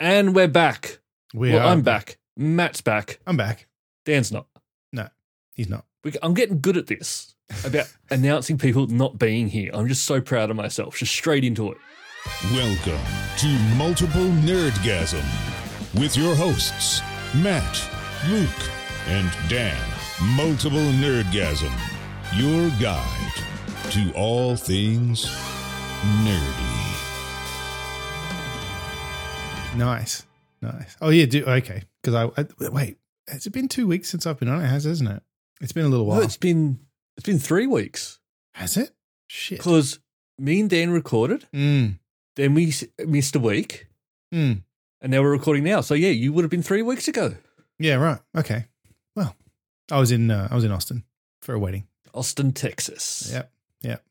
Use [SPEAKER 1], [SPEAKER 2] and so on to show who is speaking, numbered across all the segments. [SPEAKER 1] And we're back.
[SPEAKER 2] We
[SPEAKER 1] well,
[SPEAKER 2] are.
[SPEAKER 1] I'm back. Matt's back.
[SPEAKER 2] I'm back.
[SPEAKER 1] Dan's not.
[SPEAKER 2] He's not.
[SPEAKER 1] We, I'm getting good at this about announcing people not being here. I'm just so proud of myself. Just straight into it.
[SPEAKER 3] Welcome to Multiple Nerdgasm with your hosts, Matt, Luke, and Dan. Multiple Nerdgasm, your guide to all things nerdy.
[SPEAKER 2] Nice. Nice. Oh yeah. Do okay. Because I, I wait. Has it been two weeks since I've been on it? Has hasn't it? It's been a little
[SPEAKER 1] No,
[SPEAKER 2] while.
[SPEAKER 1] it's been it's been three weeks
[SPEAKER 2] Has it? Shit.
[SPEAKER 1] because me and Dan recorded,
[SPEAKER 2] Mm.
[SPEAKER 1] then we s- missed a week,
[SPEAKER 2] Mm.
[SPEAKER 1] and now we're recording now. So yeah, you would have been three weeks ago.
[SPEAKER 2] Yeah. Right. Okay. Well, I was in. Uh, I was in Austin for a wedding.
[SPEAKER 1] Austin, Texas.
[SPEAKER 2] Yep. Yep.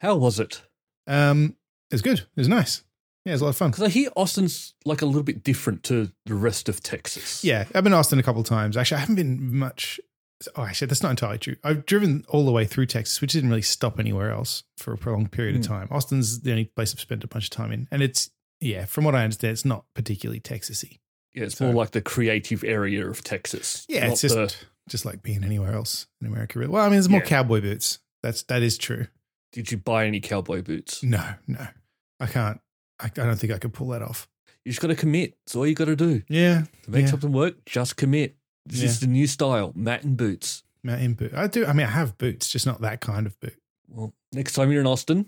[SPEAKER 1] How was it?
[SPEAKER 2] Um. It was good. It was nice. Yeah. It was a lot of fun.
[SPEAKER 1] Because I hear Austin's like a little bit different to the rest of Texas.
[SPEAKER 2] Yeah, I've been to Austin a couple of times. Actually, I haven't been much. Oh, actually, that's not entirely true. I've driven all the way through Texas, which didn't really stop anywhere else for a prolonged period of
[SPEAKER 1] Hmm.
[SPEAKER 2] time. Austin's the only place I've spent a bunch of time in, and it's yeah, from what I understand, it's not particularly Texasy.
[SPEAKER 1] Yeah, it's
[SPEAKER 2] So-
[SPEAKER 1] more like the creative area of Texas.
[SPEAKER 2] Yeah,
[SPEAKER 1] not
[SPEAKER 2] it's just
[SPEAKER 1] the-
[SPEAKER 2] just like being anywhere else in America. Really. Well, I mean, there's more
[SPEAKER 1] Yeah.
[SPEAKER 2] cowboy boots. That's that is true.
[SPEAKER 1] did you buy any cowboy boots?
[SPEAKER 2] No, no, I can't. I, I don't think I could pull that off.
[SPEAKER 1] You just got to commit. That's all you got to do
[SPEAKER 2] Yeah,
[SPEAKER 1] to make
[SPEAKER 2] Yeah.
[SPEAKER 1] something work. Just commit. This is the new style, mat and boots.
[SPEAKER 2] mountain boot. I do. I mean, I have boots, just not that kind of boot.
[SPEAKER 1] Well, next time you're in Austin,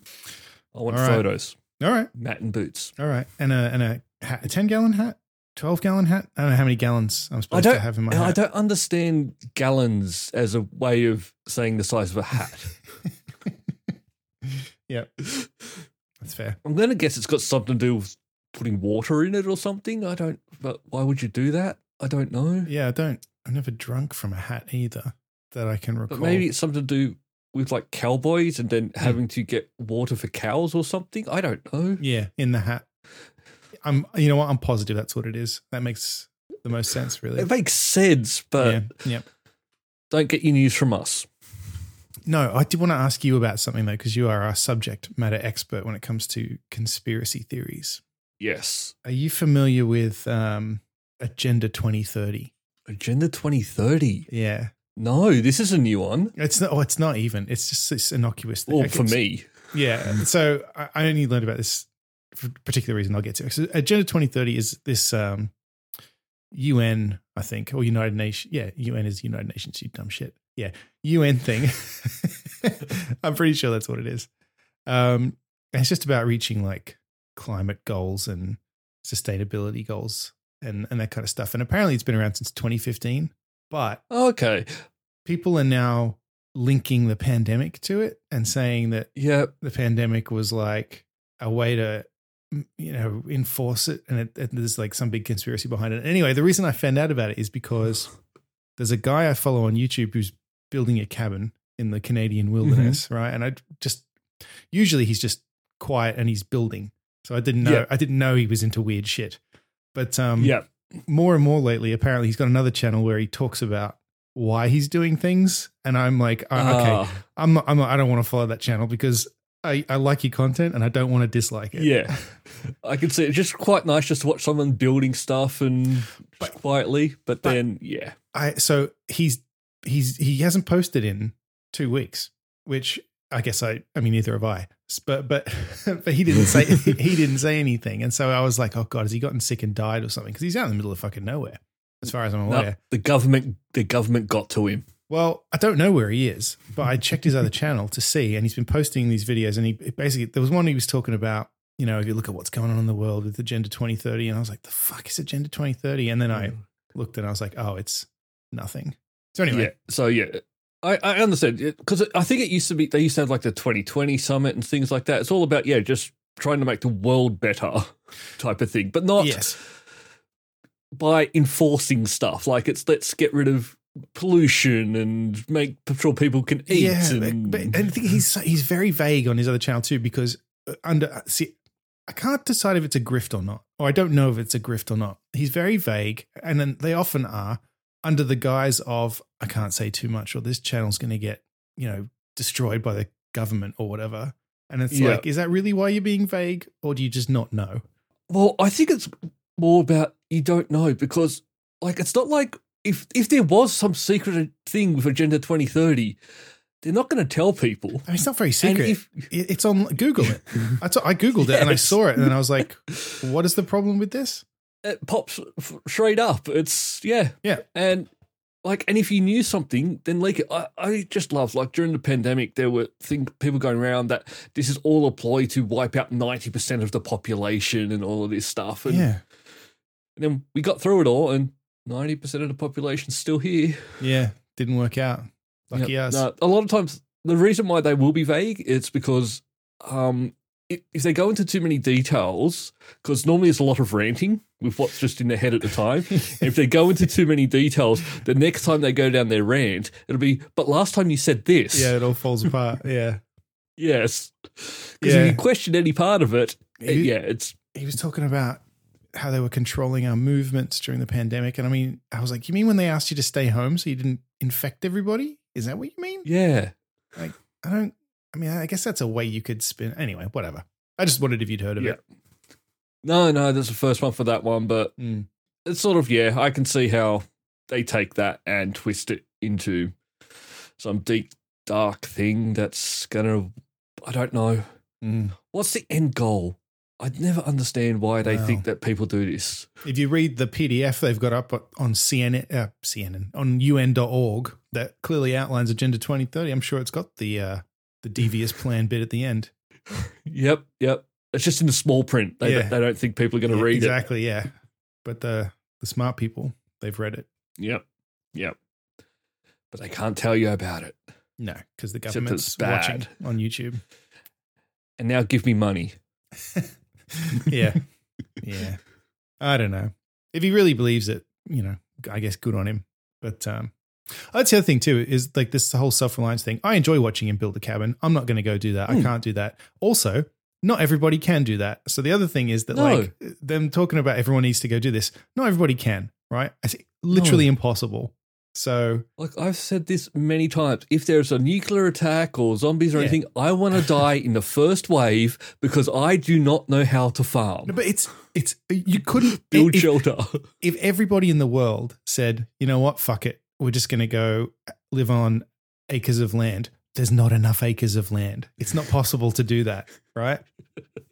[SPEAKER 1] I want
[SPEAKER 2] All right.
[SPEAKER 1] photos,
[SPEAKER 2] All right.
[SPEAKER 1] mat and boots.
[SPEAKER 2] All right, and a and a hat, a ten gallon hat, twelve gallon hat. I don't know how many gallons I'm supposed
[SPEAKER 1] don't-
[SPEAKER 2] to have in my
[SPEAKER 1] And I
[SPEAKER 2] hat.
[SPEAKER 1] don't understand gallons as a way of saying the size of a hat.
[SPEAKER 2] Yep, that's fair.
[SPEAKER 1] I'm going to guess it's got something to do with putting water in it or something. I don't, but why would you do that? I don't know.
[SPEAKER 2] Yeah, I don't. I've never drunk from a hat either that I can recall.
[SPEAKER 1] But maybe it's something to do with like cowboys and then having to get water for cows or something. I don't know.
[SPEAKER 2] yeah, in the hat. I'm. You know what? I'm positive that's what it is. That makes the most sense, really.
[SPEAKER 1] It makes sense, but
[SPEAKER 2] yeah. Yep.
[SPEAKER 1] don't get your news from us.
[SPEAKER 2] No, I did want to ask you about something though, because you are our subject matter expert when it comes to conspiracy theories.
[SPEAKER 1] Yes.
[SPEAKER 2] Are you familiar with um, Agenda 2030?
[SPEAKER 1] Agenda 2030.
[SPEAKER 2] Yeah.
[SPEAKER 1] No, this is a new one.
[SPEAKER 2] It's not. Oh, it's not even. It's just this innocuous thing.
[SPEAKER 1] Well,
[SPEAKER 2] Like,
[SPEAKER 1] for
[SPEAKER 2] it's-
[SPEAKER 1] me.
[SPEAKER 2] yeah. So I, I only learned about this for a particular reason. I'll get to. it. So Agenda 2030 is this um, UN, I think, or United Nations. Yeah, UN is United Nations. You dumb shit. Yeah, UN thing. I'm pretty sure that's what it is. Um, and it's just about reaching like climate goals and sustainability goals and and that kind of stuff. And apparently, it's been around since 2015, but
[SPEAKER 1] Okay.
[SPEAKER 2] people are now linking the pandemic to it and saying that
[SPEAKER 1] Yeah.
[SPEAKER 2] the pandemic was like a way to mm, you know enforce it and, it, and there's like some big conspiracy behind it anyway the reason i found out about it is because there's a guy i follow on youtube who's building a cabin in the canadian wilderness right and i just usually he's just quiet and he's building so i didn't know
[SPEAKER 1] Yeah.
[SPEAKER 2] i didn't know he was into weird shit but um
[SPEAKER 1] yeah.
[SPEAKER 2] more and more lately, apparently he's got another channel where he talks about why he's doing things, and I'm like, I uh, okay,
[SPEAKER 1] Ah,
[SPEAKER 2] I'm not, I'm not, I don't want to follow that channel because I, I like your content and I don't want to dislike it.
[SPEAKER 1] yeah. Ah, I can see it's just quite nice just to watch someone building stuff and just
[SPEAKER 2] But-
[SPEAKER 1] quietly, but,
[SPEAKER 2] but-
[SPEAKER 1] then, yeah.
[SPEAKER 2] I so he's he's he hasn't posted in two weeks, which I guess I I mean neither have I. S- But but but he didn't say he didn't say anything, and so I was like, oh god, has he gotten sick and died or something? Because he's out in the middle of fucking nowhere, as far as I'm aware.
[SPEAKER 1] No, the government the government got to him.
[SPEAKER 2] Well, I don't know where he is, but I checked his other channel to see, and he's been posting these videos. And he it basically, there was one he was talking about, you know, if you look at what's going on in the world with Agenda 2030, and I was like, the fuck is Agenda 2030? And then I looked and I was like, oh, it's nothing. So anyway,
[SPEAKER 1] Yeah. So yeah, I, I understand because I think it used to be they used to have like the 2020 summit and things like that. It's all about yeah, just trying to make the world better type of thing, but not
[SPEAKER 2] Yes.
[SPEAKER 1] by enforcing stuff. Like it's let's get rid of pollution and make sure people can eat.
[SPEAKER 2] Yeah,
[SPEAKER 1] and,
[SPEAKER 2] but, but and I think he's he's very vague on his other channel too because uh, under see, I can't decide if it's a grift or not, or I don't know if it's a grift or not. He's very vague, and then they often are under the guise of I can't say too much, or this channel's going to get you know destroyed by the government or whatever. And it's
[SPEAKER 1] Yeah.
[SPEAKER 2] like, is that really why you're being vague, or do you just not know?
[SPEAKER 1] well, I think it's more about you don't know because like it's not like if if there was some secret thing with Agenda 2030, they're not going to tell people.
[SPEAKER 2] I mean, it's not very secret.
[SPEAKER 1] if-
[SPEAKER 2] It- it's on Google. It. I t- I googled it and I
[SPEAKER 1] Yes.
[SPEAKER 2] saw it, and then I was like, "What is the problem with this?"
[SPEAKER 1] It pops f- straight up. It's yeah,
[SPEAKER 2] Yeah.
[SPEAKER 1] and like and if you knew something, then leak it. I, I just love like during the pandemic, there were thing people going around that this is all a ploy to wipe out ninety percent of the population and all of this stuff. And,
[SPEAKER 2] Yeah,
[SPEAKER 1] and then we got through it all, and ninety percent of the population's still here.
[SPEAKER 2] yeah, didn't work out. Lucky
[SPEAKER 1] Yep.
[SPEAKER 2] us.
[SPEAKER 1] No, a lot of times, the reason why they will be vague is because um, if, if they go into too many details, because normally it's a lot of ranting with what's just in their head at the time. and if they go into too many details, the next time they go down their rant, it'll be, but last time you said this.
[SPEAKER 2] Yeah, it all falls apart. Yeah,
[SPEAKER 1] Yes. Because
[SPEAKER 2] Yeah.
[SPEAKER 1] if you question any part of it, it-
[SPEAKER 2] You-
[SPEAKER 1] Uh, yeah, it's
[SPEAKER 2] he was talking about how they were controlling our movements during the pandemic. And I mean, I was like, you mean when they asked you to stay home so you didn't infect everybody? Is that what you mean?
[SPEAKER 1] yeah.
[SPEAKER 2] I don't, I mean, I guess that's a way you could spin. Anyway, whatever. I just wondered if you'd heard of
[SPEAKER 1] Yeah.
[SPEAKER 2] it.
[SPEAKER 1] No, no, there's the first one for that one, but
[SPEAKER 2] Mm.
[SPEAKER 1] it's sort of yeah, I can see how they take that and twist it into some deep dark thing that's gonna I don't know.
[SPEAKER 2] Mm.
[SPEAKER 1] What's the end goal? I'd never understand why they
[SPEAKER 2] Wow.
[SPEAKER 1] think that people do this.
[SPEAKER 2] If you read the PDF they've got up on CNN, uh, CNN, on UN.org that clearly outlines Agenda 2030, I'm sure it's got the, uh, the devious plan bit at the end.
[SPEAKER 1] Yep, yep. It's just in the small print. They,
[SPEAKER 2] Yeah.
[SPEAKER 1] they don't think people are gonna
[SPEAKER 2] Yeah,
[SPEAKER 1] read
[SPEAKER 2] exactly, yeah. But the, the smart people, they've read it.
[SPEAKER 1] it. Yep. Yep. But they can't tell you about it.
[SPEAKER 2] No, because the
[SPEAKER 1] Except
[SPEAKER 2] government's
[SPEAKER 1] it's
[SPEAKER 2] watching
[SPEAKER 1] bad.
[SPEAKER 2] on YouTube.
[SPEAKER 1] And now give me money.
[SPEAKER 2] yeah. Yeah. I don't know. If he really believes it, you know, I guess good on him. But um that's the other thing too, is like this whole self-reliance thing. I enjoy watching him build a cabin. I'm not gonna go do that. I
[SPEAKER 1] Hmm.
[SPEAKER 2] can't do that. Also, not everybody can do that. So the other thing is that
[SPEAKER 1] No.
[SPEAKER 2] like them talking about everyone needs to go do this. Not everybody can, right? It's literally impossible. So
[SPEAKER 1] Like I've said this many times, if there's a nuclear attack or zombies or
[SPEAKER 2] Yeah.
[SPEAKER 1] anything, I want to die in the first wave because I do not know how to farm.
[SPEAKER 2] but it's it's you couldn't
[SPEAKER 1] Build
[SPEAKER 2] if-
[SPEAKER 1] shelter.
[SPEAKER 2] if everybody in the world said, you know what, fuck it, we're just going to go live on acres of land, there's not enough acres of land. It's not possible to do that, right?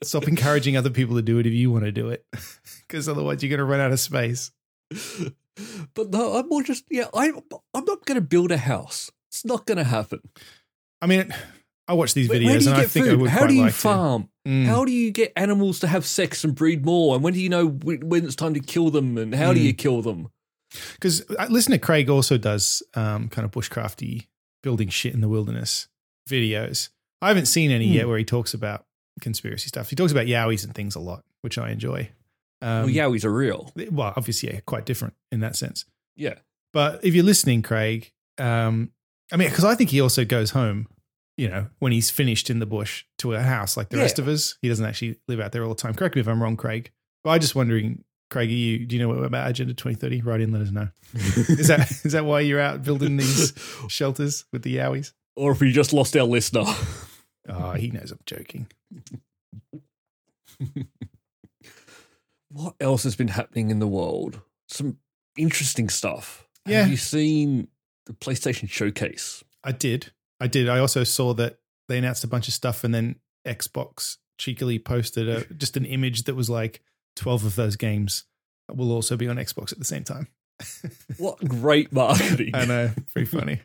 [SPEAKER 2] Stop encouraging other people to do it if you want to do it, because otherwise you're going to run out of space.
[SPEAKER 1] but no, I'm more just yeah. I I'm not going to build a house. It's not going to happen.
[SPEAKER 2] I mean, I watch these
[SPEAKER 1] Where-
[SPEAKER 2] videos
[SPEAKER 1] Where do you
[SPEAKER 2] and I
[SPEAKER 1] get
[SPEAKER 2] think I
[SPEAKER 1] food?
[SPEAKER 2] would
[SPEAKER 1] How
[SPEAKER 2] quite
[SPEAKER 1] do you
[SPEAKER 2] like
[SPEAKER 1] farm?
[SPEAKER 2] to. Mm.
[SPEAKER 1] How do you get animals to have sex and breed more? And when do you know wh- when it's time to kill them? And how do
[SPEAKER 2] Mm.
[SPEAKER 1] you kill them?
[SPEAKER 2] because listener uh, Craig also does um, kind of bushcrafty building shit in the wilderness videos. I haven't seen any
[SPEAKER 1] Hmm.
[SPEAKER 2] yet where he talks about conspiracy stuff. He talks about yowies and things a lot, which I enjoy. Um,
[SPEAKER 1] well, yowies are real.
[SPEAKER 2] Well, obviously, yeah, quite different in that sense.
[SPEAKER 1] Yeah.
[SPEAKER 2] But if you're listening, Craig, um, I mean, because I think he also goes home, you know, when he's finished in the bush to a house like the
[SPEAKER 1] Yeah.
[SPEAKER 2] rest of us. He doesn't actually live out there all the time. Correct me if I'm wrong, Craig. But I'm just wondering, Craig, are you, do you know about Agenda 2030? Write in, let us know. Is that is that why you're out building these shelters with the Yowies?
[SPEAKER 1] or if we just lost our listener.
[SPEAKER 2] Oh, he knows I'm joking.
[SPEAKER 1] what else has been happening in the world? Some interesting stuff.
[SPEAKER 2] Yeah.
[SPEAKER 1] Have you seen the PlayStation Showcase?
[SPEAKER 2] I did. I did. I also saw that they announced a bunch of stuff and then Xbox cheekily posted a, just an image that was like 12 of those games will also be on Xbox at the same time.
[SPEAKER 1] What great marketing.
[SPEAKER 2] I know. Pretty funny.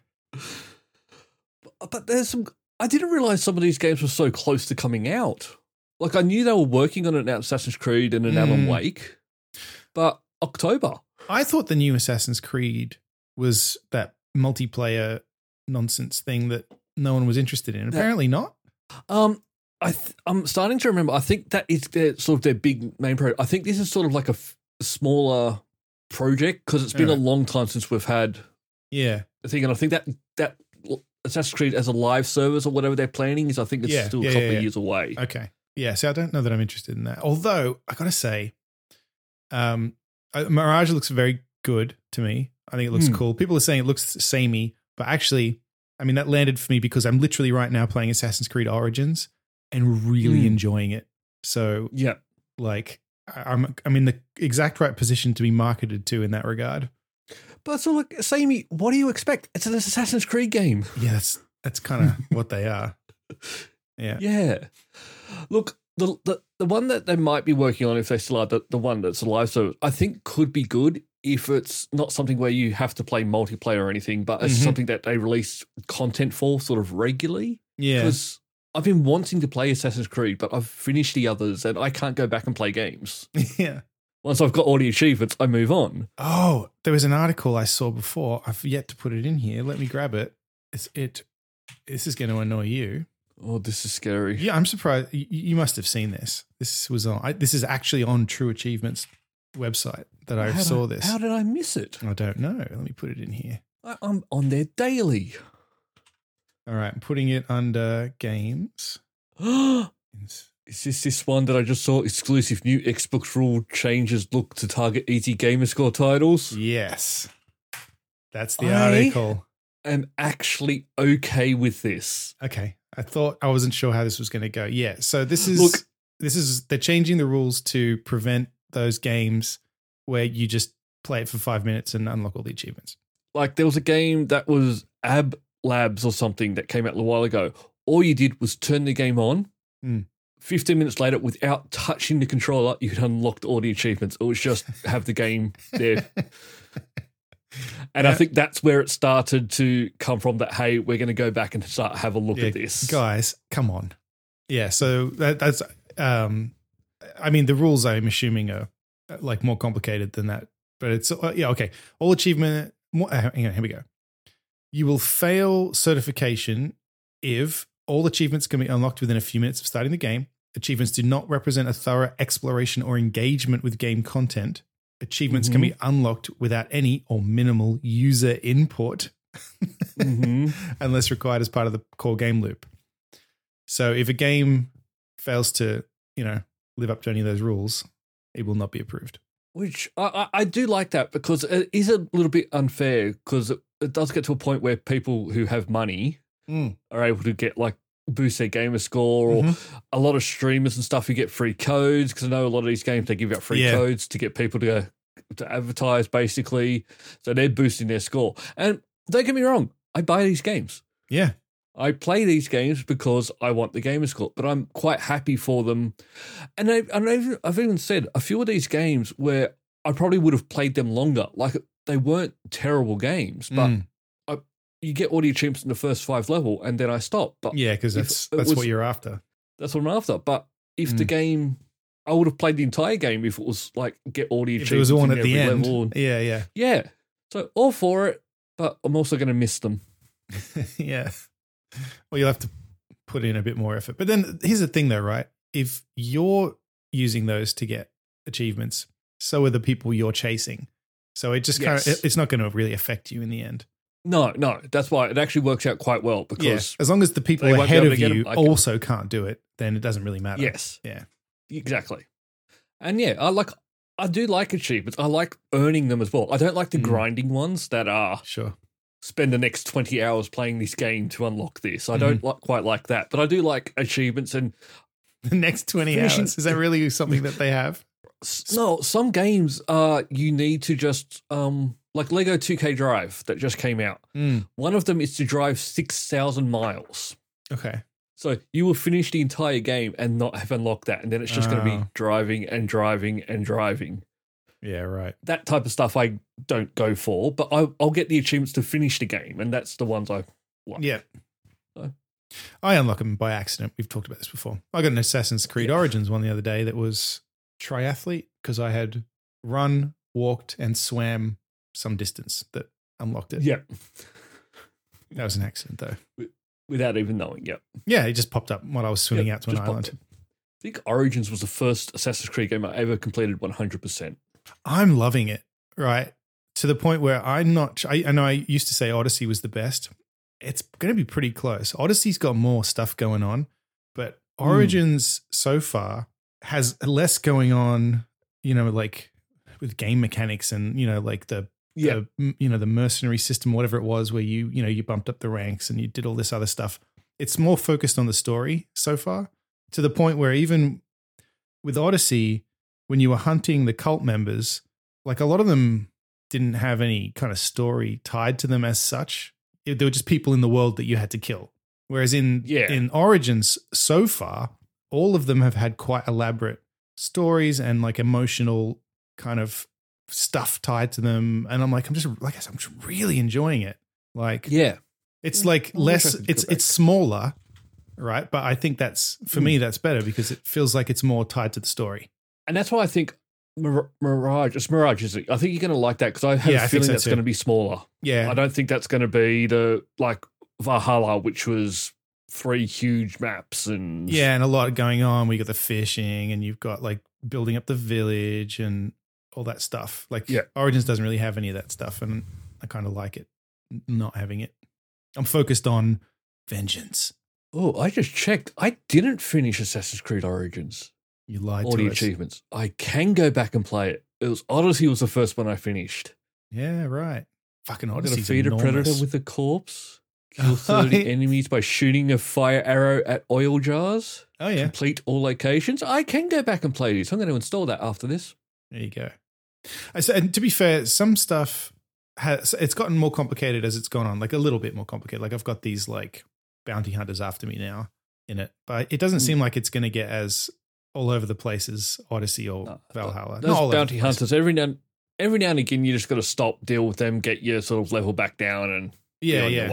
[SPEAKER 1] But there's some. I didn't realize some of these games were so close to coming out. Like, I knew they were working on an Assassin's Creed and an Alan
[SPEAKER 2] Mm.
[SPEAKER 1] Wake, but October.
[SPEAKER 2] I thought the new Assassin's Creed was that multiplayer nonsense thing that no one was interested in. Apparently not.
[SPEAKER 1] Um, I th- I'm starting to remember. I think that is their sort of their big main project. I think this is sort of like a f- smaller project because it's been a
[SPEAKER 2] Yeah.
[SPEAKER 1] long time since we've had
[SPEAKER 2] Yeah.
[SPEAKER 1] I think, and I think that that Assassin's Creed as a live service or whatever they're planning is, I think it's
[SPEAKER 2] Yeah,
[SPEAKER 1] still
[SPEAKER 2] yeah,
[SPEAKER 1] a couple
[SPEAKER 2] yeah, yeah.
[SPEAKER 1] of years away.
[SPEAKER 2] Okay. Yeah. So I don't know that I'm interested in that. Although I gotta say, um, uh, Mirage looks very good to me. I think it looks
[SPEAKER 1] Hmm.
[SPEAKER 2] cool. People are saying it looks samey, but actually, I mean that landed for me because I'm literally right now playing Assassin's Creed Origins and really
[SPEAKER 1] Hmm.
[SPEAKER 2] enjoying it. So
[SPEAKER 1] Yeah,
[SPEAKER 2] like, I'm I'm in the exact right position to be marketed to in that regard.
[SPEAKER 1] But so look, Sammy, what do you expect? It's an Assassin's Creed game.
[SPEAKER 2] Yeah, that's that's kind of what they are. Yeah.
[SPEAKER 1] Yeah. Look, the, the the one that they might be working on if they still are the, the one that's alive so I think could be good if it's not something where you have to play multiplayer or anything, but it's
[SPEAKER 2] Mhm.
[SPEAKER 1] something that they release content for sort of regularly.
[SPEAKER 2] Yeah.
[SPEAKER 1] Because I've been wanting to play Assassin's Creed, but I've finished the others and I can't go back and play games.
[SPEAKER 2] yeah.
[SPEAKER 1] Once I've got all the achievements, I move on.
[SPEAKER 2] Oh, there was an article I saw before. I've yet to put it in here. Let me grab it. It's it. This is going to annoy you.
[SPEAKER 1] Oh, this is scary.
[SPEAKER 2] Yeah, I'm surprised. You, you must have seen this. This was on. I, this is actually on True Achievements website that I
[SPEAKER 1] How did
[SPEAKER 2] saw this.
[SPEAKER 1] How did I miss it?
[SPEAKER 2] I don't know. Let me put it in here.
[SPEAKER 1] I, I'm on there daily.
[SPEAKER 2] All right, I'm putting it under games. It's-
[SPEAKER 1] Is this this one that I just saw? Exclusive new Xbox rule changes look to target E ET Gamerscore titles.
[SPEAKER 2] Yes, that's the
[SPEAKER 1] I-
[SPEAKER 2] article.
[SPEAKER 1] I'm actually okay with this.
[SPEAKER 2] Okay, I thought I wasn't sure how this was going to go. Yeah, so this is
[SPEAKER 1] Look-
[SPEAKER 2] this is they're changing the rules to prevent those games where you just play it for five minutes and unlock all the achievements.
[SPEAKER 1] Like there was a game that was Ab Labs or something that came out a little while ago. All you did was turn the game on.
[SPEAKER 2] Hmm.
[SPEAKER 1] 15 minutes later, without touching the controller, you had unlocked all the achievements. It was just have the game there. And I
[SPEAKER 2] Yeah.
[SPEAKER 1] think that's where it started to come from that, hey, we're going to go back and start have a look
[SPEAKER 2] Yeah,
[SPEAKER 1] at this.
[SPEAKER 2] guys, come on. Yeah, so that, that's um, I mean the rules I'm assuming are uh, like more complicated than that, but it's uh, yeah okay. All achievement. More, uh, hang on, here we go. You will fail certification if all achievements can be unlocked within a few minutes of starting the game. Achievements do not represent a thorough exploration or engagement with game content. Achievements
[SPEAKER 1] Mm-hmm.
[SPEAKER 2] can be unlocked without any or minimal user input
[SPEAKER 1] Mhm.
[SPEAKER 2] unless required as part of the core game loop. So if a game fails to, you know, live up to any of those rules, it will not be approved.
[SPEAKER 1] Which I, I, I do like that because it is a little bit unfair because it, it does get to a point where people who have money are able to get like boost their gamer score
[SPEAKER 2] Mm-hmm.
[SPEAKER 1] or a lot of streamers and stuff who get free codes because I know a lot of these games they give out free
[SPEAKER 2] Yeah.
[SPEAKER 1] codes to get people to to advertise basically so they're boosting their score and don't get me wrong I buy these games
[SPEAKER 2] Yeah.
[SPEAKER 1] I play these games because I want the gamer score, but I'm quite happy for them. And I, and I've, I've even said a few of these games where I probably would have played them longer. Like they weren't terrible games, but
[SPEAKER 2] Mm.
[SPEAKER 1] you get all the achievements in the first five level, and then I stop. But
[SPEAKER 2] yeah, because
[SPEAKER 1] if
[SPEAKER 2] that's
[SPEAKER 1] it
[SPEAKER 2] that's
[SPEAKER 1] was-
[SPEAKER 2] what you're after.
[SPEAKER 1] that's what I'm after. But if
[SPEAKER 2] Mm.
[SPEAKER 1] the game, I would have played the entire game if it was like get all the
[SPEAKER 2] If
[SPEAKER 1] achievements.
[SPEAKER 2] there was one
[SPEAKER 1] in
[SPEAKER 2] at the
[SPEAKER 1] every
[SPEAKER 2] end.
[SPEAKER 1] level.
[SPEAKER 2] Yeah, yeah.
[SPEAKER 1] yeah. So all for it, but I'm also going to miss them.
[SPEAKER 2] yeah. Well, you'll have to put in a bit more effort. But then here's the thing though, right? If you're using those to get achievements, so are the people you're chasing. So it just
[SPEAKER 1] Yes.
[SPEAKER 2] kind of it's not going to really affect you in the end.
[SPEAKER 1] No, no, that's why it actually works out quite well because
[SPEAKER 2] as long as the people
[SPEAKER 1] they won't be
[SPEAKER 2] ahead
[SPEAKER 1] able
[SPEAKER 2] of
[SPEAKER 1] to get
[SPEAKER 2] you
[SPEAKER 1] 'em, like-
[SPEAKER 2] also can't do it, then it doesn't really matter.
[SPEAKER 1] Yes.
[SPEAKER 2] Yeah.
[SPEAKER 1] Exactly. And yeah, I like I do like achievements. I like earning them as well. I don't like the
[SPEAKER 2] Mm.
[SPEAKER 1] grinding ones that are
[SPEAKER 2] sure.
[SPEAKER 1] spend the next 20 hours playing this game to unlock this. I don't like, quite like that, but I do like achievements and
[SPEAKER 2] The next twenty
[SPEAKER 1] Finishing-
[SPEAKER 2] hours is that really something that they have?
[SPEAKER 1] s- no, some games uh you need to just um like Lego 2K Drive that just came out. One of them is to drive 6,000 miles.
[SPEAKER 2] Okay.
[SPEAKER 1] So you will finish the entire game and not have unlocked that and then it's just going to be
[SPEAKER 2] Oh.
[SPEAKER 1] driving and driving and driving.
[SPEAKER 2] Yeah. Right.
[SPEAKER 1] that type of stuff I don't go for, but I, I'll get the achievements to finish the game, and that's the ones I.
[SPEAKER 2] Yeah.
[SPEAKER 1] So-
[SPEAKER 2] I unlock them by accident. We've talked about this before. I got an Assassin's Creed Origins one the other day that was triathlete because I had run, walked, and swam some distance that unlocked it.
[SPEAKER 1] Yeah,
[SPEAKER 2] That was an accident though.
[SPEAKER 1] without even knowing. Yeah, I
[SPEAKER 2] Yeah, it just popped up while I was swimming
[SPEAKER 1] Yeah,
[SPEAKER 2] out to an
[SPEAKER 1] just popped
[SPEAKER 2] island.
[SPEAKER 1] up. think Origins was the first Assassin's Creed game I ever completed one hundred percent.
[SPEAKER 2] I'm loving it, right? To the point where I'm not. I, I know I used to say Odyssey was the best. It's going to be pretty close. Odyssey's got more stuff going on, but
[SPEAKER 1] Hmm.
[SPEAKER 2] Origins so far has less going on. You know, like with game mechanics and you know, like the
[SPEAKER 1] Yeah,
[SPEAKER 2] the, m- you know the mercenary system, whatever it was, where you you know you bumped up the ranks and you did all this other stuff. It's more focused on the story so far, to the point where even with Odyssey, when you were hunting the cult members, like a lot of them didn't have any kind of story tied to them as such. It- They were just people in the world that you had to kill. Whereas in
[SPEAKER 1] Yeah.
[SPEAKER 2] in Origins so far, all of them have had quite elaborate stories and like emotional kind of stuff tied to them. And I'm like, I'm just like I said, I'm just really enjoying it. Like
[SPEAKER 1] Yeah.
[SPEAKER 2] it's like
[SPEAKER 1] I wish I
[SPEAKER 2] less.
[SPEAKER 1] could oh, go
[SPEAKER 2] It's
[SPEAKER 1] back.
[SPEAKER 2] it's smaller, right? But I think that's for
[SPEAKER 1] Hmm.
[SPEAKER 2] me that's better because it feels like it's more tied to the story.
[SPEAKER 1] And that's why I think Mir- Mirage, it's Mirage, is it? I think you're going to like that because I have
[SPEAKER 2] Yeah, I
[SPEAKER 1] a
[SPEAKER 2] think
[SPEAKER 1] feeling
[SPEAKER 2] so
[SPEAKER 1] that's
[SPEAKER 2] too.
[SPEAKER 1] going to be smaller. I
[SPEAKER 2] Yeah,
[SPEAKER 1] don't think that's going to be the like Valhalla, which was three huge maps and
[SPEAKER 2] yeah, and a lot going on. We got the fishing, and you've got like building up the village and all that stuff. Like
[SPEAKER 1] Yeah.
[SPEAKER 2] Origins doesn't really have any of that stuff, and I kind of like it n- not having it. I'm focused on vengeance.
[SPEAKER 1] Oh, I just checked. I didn't finish Assassin's Creed Origins.
[SPEAKER 2] You lied
[SPEAKER 1] All the
[SPEAKER 2] to us.
[SPEAKER 1] achievements. I can go back and play it. It was Odyssey was the first one I finished.
[SPEAKER 2] Yeah, right. Fucking
[SPEAKER 1] I got
[SPEAKER 2] Odyssey.
[SPEAKER 1] to feed a predator with a corpse. Kill
[SPEAKER 2] Right.
[SPEAKER 1] 30 enemies by shooting a fire arrow at oil jars.
[SPEAKER 2] oh yeah,
[SPEAKER 1] Complete all locations. I can go back and play these. I'm going to install that after this.
[SPEAKER 2] There you go. I said, and to be fair, some stuff has it's gotten more complicated as it's gone on, like a little bit more complicated. Like I've got these like bounty hunters after me now in it, but it doesn't
[SPEAKER 1] Hmm.
[SPEAKER 2] seem like it's going to get as all over the place as Odyssey or
[SPEAKER 1] No,
[SPEAKER 2] Valhalla. Not
[SPEAKER 1] Those
[SPEAKER 2] all over
[SPEAKER 1] bounty
[SPEAKER 2] the place.
[SPEAKER 1] hunters, every now, every now and again, you just got to stop, deal with them, get your sort of level back down, and be on
[SPEAKER 2] Yeah, yeah,
[SPEAKER 1] your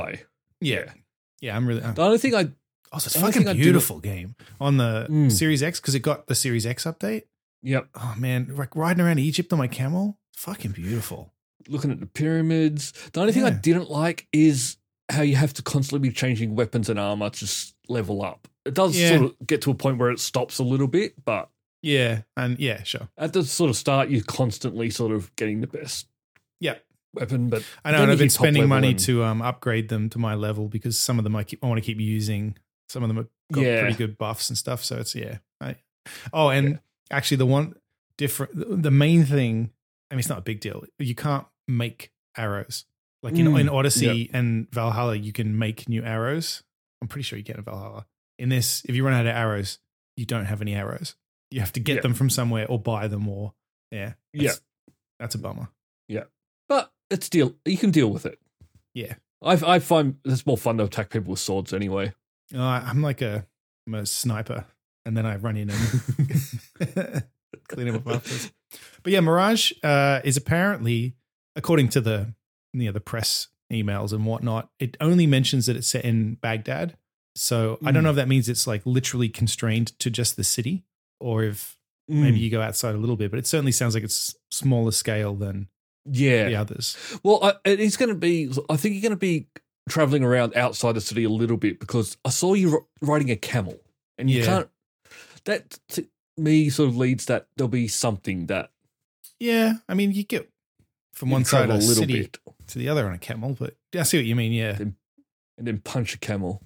[SPEAKER 2] yeah,
[SPEAKER 1] way.
[SPEAKER 2] yeah, I'm really. Uh,
[SPEAKER 1] The only thing I
[SPEAKER 2] also, it's
[SPEAKER 1] the only
[SPEAKER 2] fucking
[SPEAKER 1] thing I do-
[SPEAKER 2] beautiful game on the
[SPEAKER 1] Mm.
[SPEAKER 2] Series X because it got the Series X update.
[SPEAKER 1] yep,
[SPEAKER 2] Oh man, like riding around Egypt on my camel, fucking beautiful.
[SPEAKER 1] looking at the pyramids. The only thing I
[SPEAKER 2] Yeah.
[SPEAKER 1] didn't like is how you have to constantly be changing weapons and armor to s- level up. It does
[SPEAKER 2] Yeah.
[SPEAKER 1] sort of get to a point where it stops a little bit, but
[SPEAKER 2] Yeah, and yeah, sure.
[SPEAKER 1] at the sort of start, you're constantly sort of getting the best
[SPEAKER 2] Yeah.
[SPEAKER 1] weapon. But
[SPEAKER 2] I know,
[SPEAKER 1] Then
[SPEAKER 2] and
[SPEAKER 1] you
[SPEAKER 2] I've been
[SPEAKER 1] hit top
[SPEAKER 2] spending
[SPEAKER 1] level
[SPEAKER 2] money
[SPEAKER 1] and-
[SPEAKER 2] to um, upgrade them to my level because some of them I keep I want to keep using. Some of them have got
[SPEAKER 1] Yeah.
[SPEAKER 2] pretty good buffs and stuff. So it's yeah. I, oh, and actually, the one different, the- the main thing. I mean, it's not a big deal. You can't make arrows like in,
[SPEAKER 1] Mm.
[SPEAKER 2] in Odyssey and Valhalla. You can make new arrows. I'm pretty sure you can in Valhalla. In this, if you run out of arrows, you don't have any arrows. You have to get
[SPEAKER 1] Yeah.
[SPEAKER 2] them from somewhere or buy them or yeah,
[SPEAKER 1] Yeah.
[SPEAKER 2] That's- that's a bummer.
[SPEAKER 1] but it's deal. You can deal with it.
[SPEAKER 2] Yeah.
[SPEAKER 1] I I find it's more fun to attack people with swords anyway.
[SPEAKER 2] No, Oh, I- I'm like a, I'm a sniper, and then I run in and clean him up afterwards. But yeah, Mirage uh, is apparently, according to the you know, the press emails and whatnot, it only mentions that it's set in Baghdad. So I
[SPEAKER 1] Hmm.
[SPEAKER 2] don't know if that means it's like literally constrained to just the city, or if
[SPEAKER 1] Hmm.
[SPEAKER 2] maybe you go outside a little bit. But it certainly sounds like it's smaller scale than
[SPEAKER 1] yeah.
[SPEAKER 2] the others.
[SPEAKER 1] Well, I, it is going to be. I think you're going to be traveling around outside the city a little bit because I saw you r- riding a camel, and you
[SPEAKER 2] Yeah.
[SPEAKER 1] can't. That to me sort of leads that there'll be something that
[SPEAKER 2] Yeah, I mean you get from
[SPEAKER 1] you
[SPEAKER 2] one
[SPEAKER 1] can
[SPEAKER 2] side of
[SPEAKER 1] travel
[SPEAKER 2] the city to the other on a camel, but I see what you mean. Yeah.
[SPEAKER 1] and then punch a camel.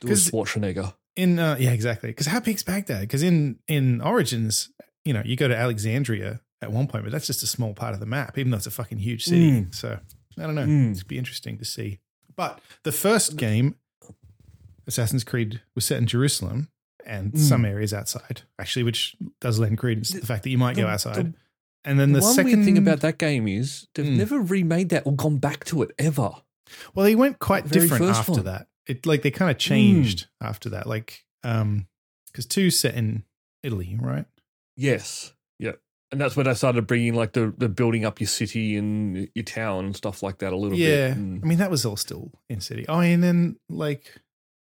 [SPEAKER 1] Do a
[SPEAKER 2] 'Cause-
[SPEAKER 1] Schwarzenegger.
[SPEAKER 2] in uh, yeah exactly because how big's baghdad because in in origins you know you go to alexandria at one point but that's just a small part of the map even though it's a fucking huge city
[SPEAKER 1] Mm.
[SPEAKER 2] so i don't know
[SPEAKER 1] Mm.
[SPEAKER 2] it'd be interesting to see but the first game assassin's creed was set in jerusalem and
[SPEAKER 1] Mm.
[SPEAKER 2] some areas outside actually which does lend credence to the fact that you might go
[SPEAKER 1] the-
[SPEAKER 2] outside
[SPEAKER 1] the-
[SPEAKER 2] and then
[SPEAKER 1] The,
[SPEAKER 2] the,
[SPEAKER 1] one
[SPEAKER 2] second
[SPEAKER 1] weird thing about that game is they've
[SPEAKER 2] Mm.
[SPEAKER 1] never remade that or gone back to it ever.
[SPEAKER 2] Well, they went quite
[SPEAKER 1] The very
[SPEAKER 2] different
[SPEAKER 1] first
[SPEAKER 2] after
[SPEAKER 1] one. Hmm.
[SPEAKER 2] that. It like they kind of changed after that, like um, because two set in Italy, right?
[SPEAKER 1] Yes. Yeah. And that's when I started bringing like the, the building up your city and your town and stuff like that a little
[SPEAKER 2] yeah,
[SPEAKER 1] bit. Mm.
[SPEAKER 2] I mean that was all still in city. Oh, and then like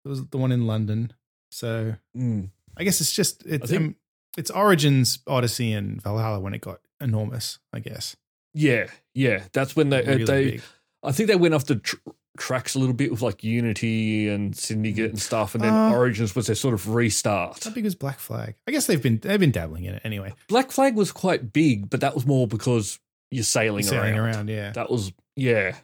[SPEAKER 2] there was the one in London. So
[SPEAKER 1] Mm.
[SPEAKER 2] I guess it's just it's
[SPEAKER 1] think-
[SPEAKER 2] um, it's Origins, Odyssey, and Valhalla when it got enormous. I guess
[SPEAKER 1] Yeah. Yeah. That's when they
[SPEAKER 2] Really
[SPEAKER 1] uh, they
[SPEAKER 2] big.
[SPEAKER 1] I think they went off the tr- tracks a little bit with like Unity and Syndicate and stuff, and then
[SPEAKER 2] Uh,
[SPEAKER 1] Origins was their sort of restart.
[SPEAKER 2] How big was Black Flag? I guess they've been they've been dabbling in it anyway.
[SPEAKER 1] Black Flag was quite big, but that was more because you're sailing,
[SPEAKER 2] Sailing
[SPEAKER 1] around.
[SPEAKER 2] around, yeah.
[SPEAKER 1] That was yeah.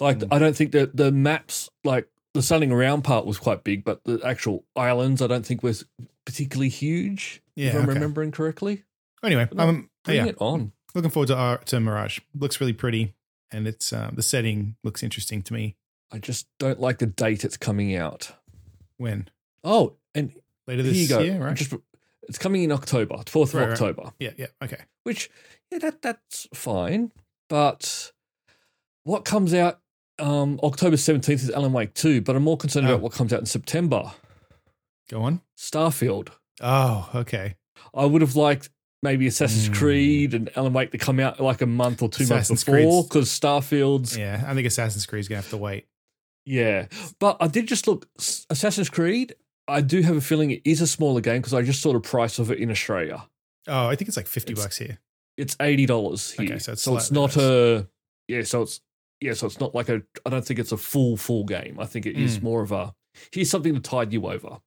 [SPEAKER 1] Like
[SPEAKER 2] Mm.
[SPEAKER 1] I don't think that the maps like the sailing around part was quite big, but the actual islands I don't think was particularly huge.
[SPEAKER 2] yeah.
[SPEAKER 1] if I'm
[SPEAKER 2] okay.
[SPEAKER 1] remembering correctly.
[SPEAKER 2] Anyway,
[SPEAKER 1] But no,
[SPEAKER 2] um,
[SPEAKER 1] Bring
[SPEAKER 2] yeah.
[SPEAKER 1] it on.
[SPEAKER 2] looking forward to our, to Mirage. Looks really pretty, and it's um, the setting looks interesting to me.
[SPEAKER 1] I just don't like the date it's coming out.
[SPEAKER 2] When
[SPEAKER 1] Oh, and
[SPEAKER 2] later
[SPEAKER 1] here
[SPEAKER 2] this
[SPEAKER 1] you go.
[SPEAKER 2] year, right?
[SPEAKER 1] Just It's coming in October, 12th
[SPEAKER 2] Right,
[SPEAKER 1] of
[SPEAKER 2] right.
[SPEAKER 1] October,
[SPEAKER 2] Yeah, yeah, okay.
[SPEAKER 1] which, yeah, that, that's fine. But what comes out um, October 17th is Alan Wake 2, but I'm more concerned
[SPEAKER 2] Oh.
[SPEAKER 1] about what comes out in September
[SPEAKER 2] Go on.
[SPEAKER 1] Starfield.
[SPEAKER 2] Oh, okay.
[SPEAKER 1] I would have liked maybe Assassin's
[SPEAKER 2] Mm.
[SPEAKER 1] Creed and Alan Wake to come out like a month or two
[SPEAKER 2] Assassin's
[SPEAKER 1] months before
[SPEAKER 2] Creed's-
[SPEAKER 1] because Starfield's
[SPEAKER 2] Yeah, I think Assassin's Creed's gonna have to wait.
[SPEAKER 1] Yeah, but I did just look. S- Assassin's Creed. I do have a feeling it is a smaller game because I just saw the price of it in Australia.
[SPEAKER 2] Oh, I think it's like fifty
[SPEAKER 1] It's-
[SPEAKER 2] bucks here.
[SPEAKER 1] It's eighty dollars here,
[SPEAKER 2] Okay, so it's slightly
[SPEAKER 1] not a yeah. So it's yeah. So it's not like a. I don't think it's a full full game. I think it is
[SPEAKER 2] Mm.
[SPEAKER 1] more of a. Here's something to tide you over.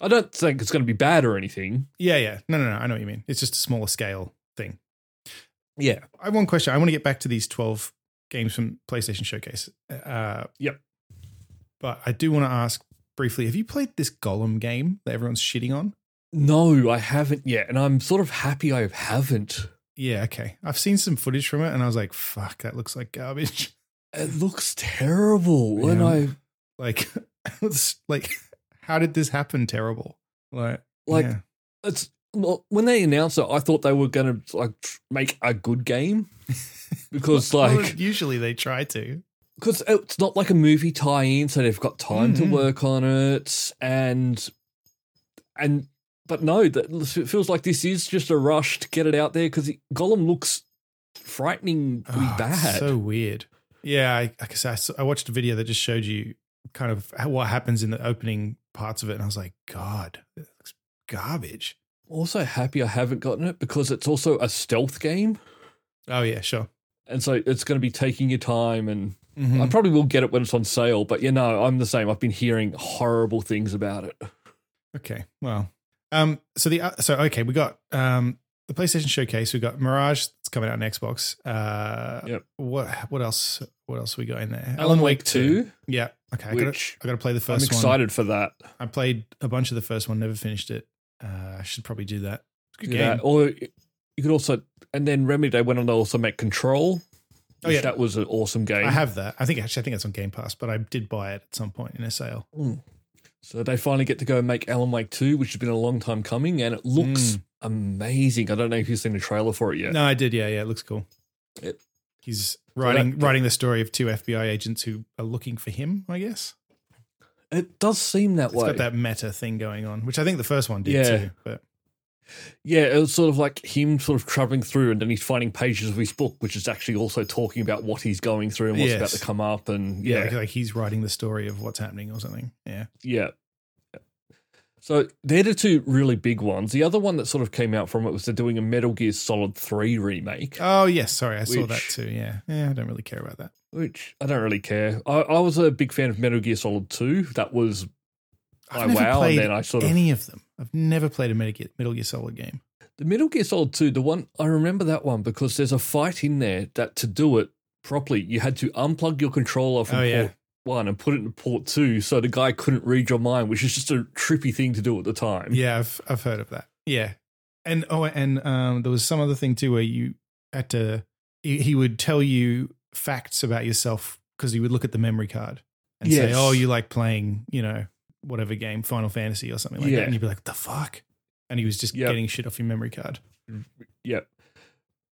[SPEAKER 1] I don't think it's going to be bad or anything.
[SPEAKER 2] Yeah, yeah. No, no, no. I know what you mean. It's just a smaller scale thing.
[SPEAKER 1] Yeah.
[SPEAKER 2] I have one question. I want to get back to these twelve games from PlayStation Showcase. Uh,
[SPEAKER 1] Yep.
[SPEAKER 2] But I do want to ask briefly: Have you played this Golem game that everyone's shitting on?
[SPEAKER 1] No, I haven't yet, and I'm sort of happy I haven't.
[SPEAKER 2] Yeah, okay. I've seen some footage from it, and I was like, "Fuck, that looks like garbage."
[SPEAKER 1] It looks terrible, and
[SPEAKER 2] Yeah.
[SPEAKER 1] I
[SPEAKER 2] like, it's like, how did this happen? Terrible. Like,
[SPEAKER 1] like
[SPEAKER 2] yeah.
[SPEAKER 1] it's well, when they announced it, I thought they were going to like tr- make a good game because
[SPEAKER 2] Well,
[SPEAKER 1] like
[SPEAKER 2] usually they try to.
[SPEAKER 1] because oh, it's not like a movie tie-in, so they've got time
[SPEAKER 2] Mhm.
[SPEAKER 1] to work on it and and but no, that it feels like this is just a rush to get it out there because Gollum looks frighteningly
[SPEAKER 2] Oh, it's
[SPEAKER 1] bad.
[SPEAKER 2] So weird. Yeah, I, I guess I, saw- I watched a video that just showed you kind of how- what happens in the opening parts of it, and I was like, God, it looks garbage.
[SPEAKER 1] also happy I haven't gotten it because it's also a stealth game,
[SPEAKER 2] Oh yeah, sure.
[SPEAKER 1] and so it's going to be taking your time and.
[SPEAKER 2] Mhm.
[SPEAKER 1] I probably will get it when it's on sale, but you know, I'm the same. I've been hearing horrible things about it.
[SPEAKER 2] Okay. Well, um, so the uh, so okay, we got um the PlayStation Showcase. We got Mirage that's coming out on Xbox. Uh,
[SPEAKER 1] Yep.
[SPEAKER 2] What what else? What else we got in there?
[SPEAKER 1] Alan Wake 2,
[SPEAKER 2] Yeah. Okay. I gotta,
[SPEAKER 1] which
[SPEAKER 2] I gotta play the
[SPEAKER 1] I'm
[SPEAKER 2] first
[SPEAKER 1] excited for that.
[SPEAKER 2] one. I played a bunch of the first one, never finished it. Uh, I should probably do that. It's a good
[SPEAKER 1] Yeah,
[SPEAKER 2] game.
[SPEAKER 1] Or you could also, and then Remedy, they went on to also make Control.
[SPEAKER 2] Oh,
[SPEAKER 1] which
[SPEAKER 2] yeah.
[SPEAKER 1] That was an awesome game.
[SPEAKER 2] I have that. I think actually, I think it's on Game Pass, but I did buy it at some point in a sale.
[SPEAKER 1] Mm. So they finally get to go and make Alan Wake 2, which has been a long time coming, and it looks amazing. I don't know if you've seen the trailer for it yet.
[SPEAKER 2] Mm. No, I did. Yeah, yeah, it looks cool.
[SPEAKER 1] It-
[SPEAKER 2] He's writing
[SPEAKER 1] that-
[SPEAKER 2] writing the story of two FBI agents who are looking for him. I guess
[SPEAKER 1] It does seem that
[SPEAKER 2] it's
[SPEAKER 1] way.
[SPEAKER 2] got that meta thing going on, which I think the first one did
[SPEAKER 1] Yeah.
[SPEAKER 2] too. But
[SPEAKER 1] Yeah, it was sort of like him sort of traveling through and then he's finding pages of his book, which is actually also talking about what he's going through and what's about
[SPEAKER 2] Yes.
[SPEAKER 1] to come up. And
[SPEAKER 2] yeah,
[SPEAKER 1] yeah,
[SPEAKER 2] Like, like he's writing the story of what's happening or something. Yeah.
[SPEAKER 1] yeah. So they're the two really big ones. The other one that sort of came out from it was they're doing a Metal Gear Solid 3 remake,
[SPEAKER 2] Oh yes, sorry, I saw that
[SPEAKER 1] Which-
[SPEAKER 2] too. Yeah, yeah, I don't really care about that.
[SPEAKER 1] which I don't really care. I, I was a big fan of Metal Gear Solid 2. That was my
[SPEAKER 2] never
[SPEAKER 1] wow. And
[SPEAKER 2] played
[SPEAKER 1] then I sort of.
[SPEAKER 2] any of them. I've never played a Metal Gear, Metal Gear Solid game.
[SPEAKER 1] The Metal Gear Solid 2, the one, I remember that one because there's a fight in there that to do it properly, you had to unplug your controller from
[SPEAKER 2] Oh, yeah.
[SPEAKER 1] port one and put it in port two so the guy couldn't read your mind, which is just a trippy thing to do at the time.
[SPEAKER 2] Yeah, I've I've heard of that. Yeah, and oh, and um, there was some other thing too where you had to. He, he would tell you facts about yourself because he would look at the memory card and say,
[SPEAKER 1] Yes.
[SPEAKER 2] "Oh, you like playing, you know, whatever game, Final Fantasy or something like that,"
[SPEAKER 1] Yeah.
[SPEAKER 2] and you'd be like, "The fuck." And he was just
[SPEAKER 1] Yep.
[SPEAKER 2] getting shit off your memory card.
[SPEAKER 1] Yep.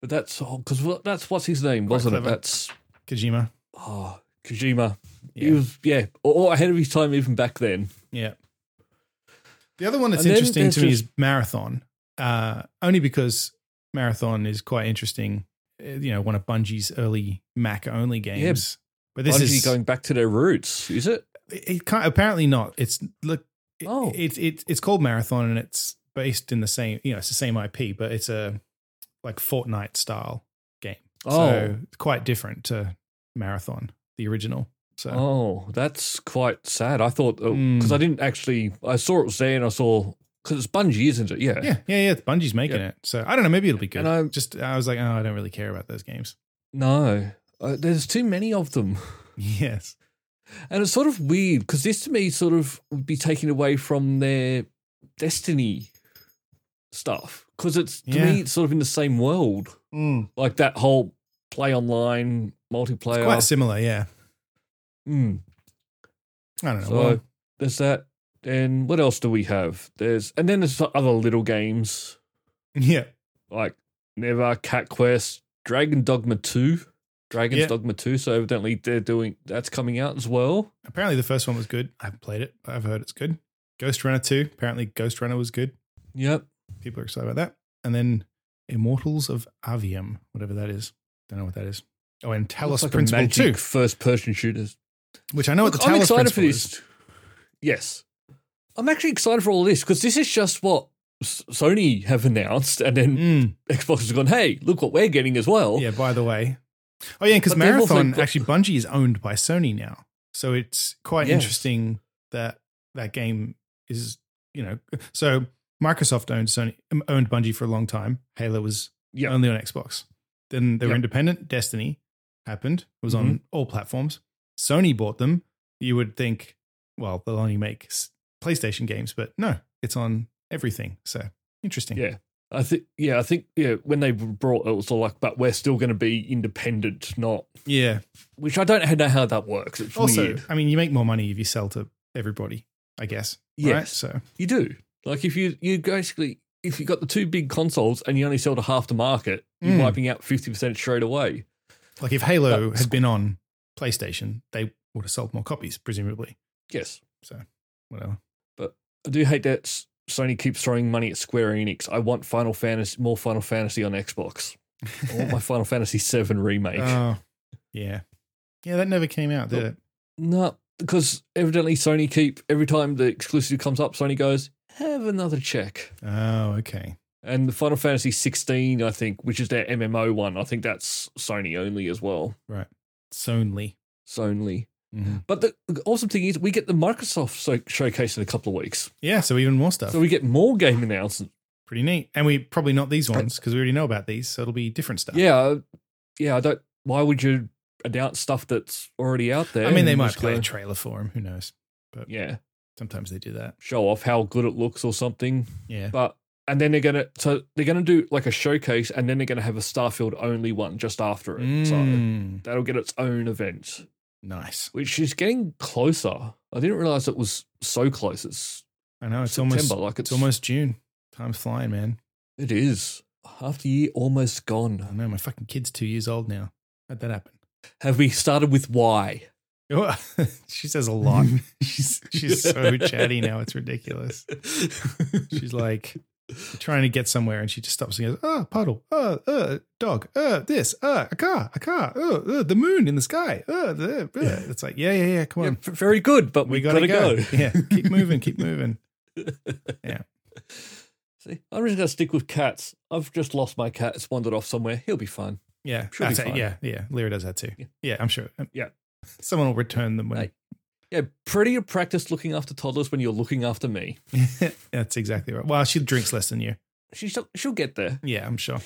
[SPEAKER 1] But that's because that's what's his name,
[SPEAKER 2] Quite
[SPEAKER 1] wasn't it?
[SPEAKER 2] clever.
[SPEAKER 1] That's
[SPEAKER 2] Kojima.
[SPEAKER 1] oh, Kojima. He
[SPEAKER 2] Yeah.
[SPEAKER 1] was, yeah, or ahead of his time even back then.
[SPEAKER 2] Yeah. The other one that's
[SPEAKER 1] And then
[SPEAKER 2] interesting
[SPEAKER 1] there's
[SPEAKER 2] to me is Marathon, uh, only because Marathon is quite interesting. uh, You know, one of Bungie's early Mac only games. But this
[SPEAKER 1] Bungie
[SPEAKER 2] is
[SPEAKER 1] going back to their roots, is it?
[SPEAKER 2] it it can't, apparently not. It's look, it,
[SPEAKER 1] Oh.
[SPEAKER 2] it, it it's called Marathon and it's based in the same. You know, it's the same IP, but it's a like Fortnite style game.
[SPEAKER 1] Oh.
[SPEAKER 2] so it's quite different to Marathon, the original. So
[SPEAKER 1] Oh, that's quite sad. I thought because
[SPEAKER 2] Mm.
[SPEAKER 1] I didn't actually. I saw it was there, and I saw because it's Bungie, isn't it? Yeah.
[SPEAKER 2] yeah, yeah, yeah. Bungie's making it, so I don't know. Maybe it'll be good.
[SPEAKER 1] And I'm-
[SPEAKER 2] just I was like, oh, I don't really care about those games.
[SPEAKER 1] No, uh, there's too many of them,
[SPEAKER 2] Yes.
[SPEAKER 1] and it's sort of weird because this to me sort of would be taken away from their Destiny stuff because it's to
[SPEAKER 2] Yeah.
[SPEAKER 1] me it's sort of in the same world, like that whole play online multiplayer.
[SPEAKER 2] Quite similar, yeah.
[SPEAKER 1] Mm.
[SPEAKER 2] I don't know.
[SPEAKER 1] So-
[SPEAKER 2] well,
[SPEAKER 1] There's that. And what else do we have? There's and then there's other little games
[SPEAKER 2] Yeah.
[SPEAKER 1] like Never, Cat Quest, Dragon Dogma 2, Dragon's
[SPEAKER 2] Yeah.
[SPEAKER 1] Dogma 2. So evidently they're doing that's coming out as well.
[SPEAKER 2] Apparently, the first one was good. I haven't played it, but I've heard it's good. Ghost Runner 2. Apparently, Ghost Runner was good.
[SPEAKER 1] Yep.
[SPEAKER 2] People are excited about that. And then Immortals of Avium, whatever that is. Don't know what that is. Oh, and Talos
[SPEAKER 1] Looks like a
[SPEAKER 2] Principle
[SPEAKER 1] magic
[SPEAKER 2] 2,
[SPEAKER 1] First person shooters.
[SPEAKER 2] which I know
[SPEAKER 1] Look,
[SPEAKER 2] what the Talos
[SPEAKER 1] I'm excited for
[SPEAKER 2] Principle
[SPEAKER 1] this.
[SPEAKER 2] is.
[SPEAKER 1] Yes. I'm actually excited for all this because this is just what S- Sony have announced and then
[SPEAKER 2] Mm.
[SPEAKER 1] Xbox has gone, hey, look what we're getting as well.
[SPEAKER 2] Yeah, by the way. Oh, yeah, because
[SPEAKER 1] But they've also
[SPEAKER 2] Marathon,
[SPEAKER 1] got-
[SPEAKER 2] actually, Bungie is owned by Sony now. So it's quite
[SPEAKER 1] Yes.
[SPEAKER 2] interesting that that game is, you know, so Microsoft owned Sony, um, owned Bungie for a long time. Halo was
[SPEAKER 1] Yeah.
[SPEAKER 2] only on Xbox. Then they
[SPEAKER 1] Yep.
[SPEAKER 2] were
[SPEAKER 1] Mm-hmm.
[SPEAKER 2] independent. Destiny happened. It was on all platforms. Sony bought them. You would think, well, they'll only make s- PlayStation games, but no, it's on everything. So interesting.
[SPEAKER 1] Yeah. I think yeah, I think yeah, when they brought it it was all like, but we're still gonna be independent, not
[SPEAKER 2] Yeah.
[SPEAKER 1] which I don't know how that works. It's
[SPEAKER 2] Also,
[SPEAKER 1] weird.
[SPEAKER 2] I mean, you make more money if you sell to everybody, I guess. Right?
[SPEAKER 1] Yes.
[SPEAKER 2] So
[SPEAKER 1] You do. Like if you you basically if you got the two big consoles and you only sell to half the market, you're
[SPEAKER 2] Mm.
[SPEAKER 1] wiping out fifty percent straight away.
[SPEAKER 2] like if Halo
[SPEAKER 1] That's-
[SPEAKER 2] had been on PlayStation, they would have sold more copies, presumably.
[SPEAKER 1] Yes,
[SPEAKER 2] Whatever.
[SPEAKER 1] I do hate that S- Sony keeps throwing money at Square Enix. I want Final Fantasy, more Final Fantasy on Xbox. I want Oh my Final Fantasy Seven remake.
[SPEAKER 2] Oh, yeah. Yeah, that never came out, did
[SPEAKER 1] Nope.
[SPEAKER 2] it?
[SPEAKER 1] no, because evidently Sony keep every time the exclusive comes up, Sony goes have another check.
[SPEAKER 2] Oh, okay.
[SPEAKER 1] And the Final Fantasy 16, I think, which is their MMO one, I think that's Sony only as well.
[SPEAKER 2] Sony.
[SPEAKER 1] Sony. But the the awesome thing is, we get the Microsoft so- showcase in a couple of weeks,
[SPEAKER 2] Yeah, so even more stuff.
[SPEAKER 1] so we get more game announcements.
[SPEAKER 2] Pretty neat. And we probably not these ones because we already know about these, so it'll be different stuff.
[SPEAKER 1] Yeah, uh, yeah. I don't. Why would you announce stuff that's already out there?
[SPEAKER 2] I mean, they
[SPEAKER 1] and
[SPEAKER 2] might
[SPEAKER 1] just
[SPEAKER 2] play
[SPEAKER 1] go-
[SPEAKER 2] a trailer for them. Who knows?
[SPEAKER 1] yeah,
[SPEAKER 2] Sometimes they do that.
[SPEAKER 1] show off how good it looks or something.
[SPEAKER 2] Yeah.
[SPEAKER 1] But and then they're gonna so they're gonna do like a showcase, and then they're gonna have a Starfield only one just after it. So
[SPEAKER 2] Mm,
[SPEAKER 1] that'll get its own event,
[SPEAKER 2] nice.
[SPEAKER 1] which is getting closer. I didn't realize it was so close. It's
[SPEAKER 2] I know. It's
[SPEAKER 1] September,
[SPEAKER 2] almost
[SPEAKER 1] like
[SPEAKER 2] it's almost June. Time's flying, man.
[SPEAKER 1] it is half the year almost gone.
[SPEAKER 2] I know. My fucking kid's two years old now. How'd that happen? Oh,
[SPEAKER 1] Have we started with why?
[SPEAKER 2] she says a lot. she's she's so chatty now. It's ridiculous. She's like trying to get somewhere, and she just stops and goes, "Ah, puddle. Ah, uh, dog. Ah, this. Ah, a car. A car. Ah, uh, the moon in the sky. Ah, the, uh."
[SPEAKER 1] Yeah.
[SPEAKER 2] It's like, yeah, yeah, yeah. Come
[SPEAKER 1] Yeah,
[SPEAKER 2] on,
[SPEAKER 1] v- very good, but
[SPEAKER 2] we
[SPEAKER 1] we
[SPEAKER 2] gotta, go.
[SPEAKER 1] go.
[SPEAKER 2] yeah, keep moving. Keep moving.
[SPEAKER 1] See, I'm just gonna stick with cats. I've just lost my cat. It's wandered off somewhere. He'll be fine.
[SPEAKER 2] Yeah,
[SPEAKER 1] She'll be
[SPEAKER 2] that's it.
[SPEAKER 1] fine.
[SPEAKER 2] Yeah, yeah. Lyra does that too.
[SPEAKER 1] Yeah.
[SPEAKER 2] Yeah, I'm sure. Um,
[SPEAKER 1] Yeah.
[SPEAKER 2] someone will return them when.
[SPEAKER 1] Yeah, pretty practice looking after toddlers when you're looking after me.
[SPEAKER 2] that's exactly right. Well, she drinks less than you.
[SPEAKER 1] She shall, she'll get there.
[SPEAKER 2] Yeah, I'm sure.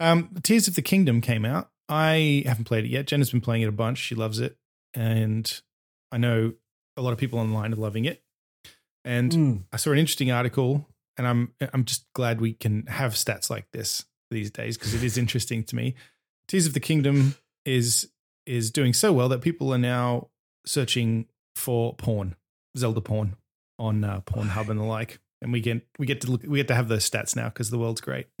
[SPEAKER 2] Um, Tears of the Kingdom came out. I haven't played it yet. Jenna's been playing it a bunch. She loves it, and I know a lot of people online are loving it. And
[SPEAKER 1] Mm.
[SPEAKER 2] I saw an interesting article, and I'm I'm just glad we can have stats like this these days because it is interesting to me. Tears of the Kingdom is is doing so well that people are now searching for porn, Zelda porn, on uh, Pornhub and the like, and we get we get to look we get to have those stats now because the world's great.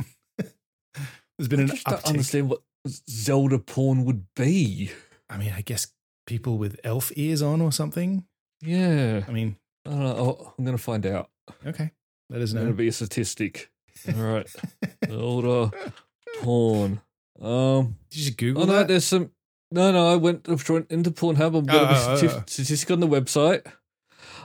[SPEAKER 2] There's been
[SPEAKER 1] I
[SPEAKER 2] an
[SPEAKER 1] just don't
[SPEAKER 2] uptick.
[SPEAKER 1] understand what Zelda porn would be.
[SPEAKER 2] I mean, I guess people with elf ears on or something.
[SPEAKER 1] Yeah,
[SPEAKER 2] I mean,
[SPEAKER 1] I don't know. I'll- I'm gonna find out.
[SPEAKER 2] okay, let us
[SPEAKER 1] It's gonna
[SPEAKER 2] know.
[SPEAKER 1] be a statistic. All right, Zelda porn. Um,
[SPEAKER 2] Did you Google
[SPEAKER 1] oh no,
[SPEAKER 2] that?
[SPEAKER 1] there's some. No, no, I went I've joined into Pornhub. I'm got
[SPEAKER 2] Oh,
[SPEAKER 1] a
[SPEAKER 2] oh,
[SPEAKER 1] stati-
[SPEAKER 2] oh, oh.
[SPEAKER 1] statistic on the website.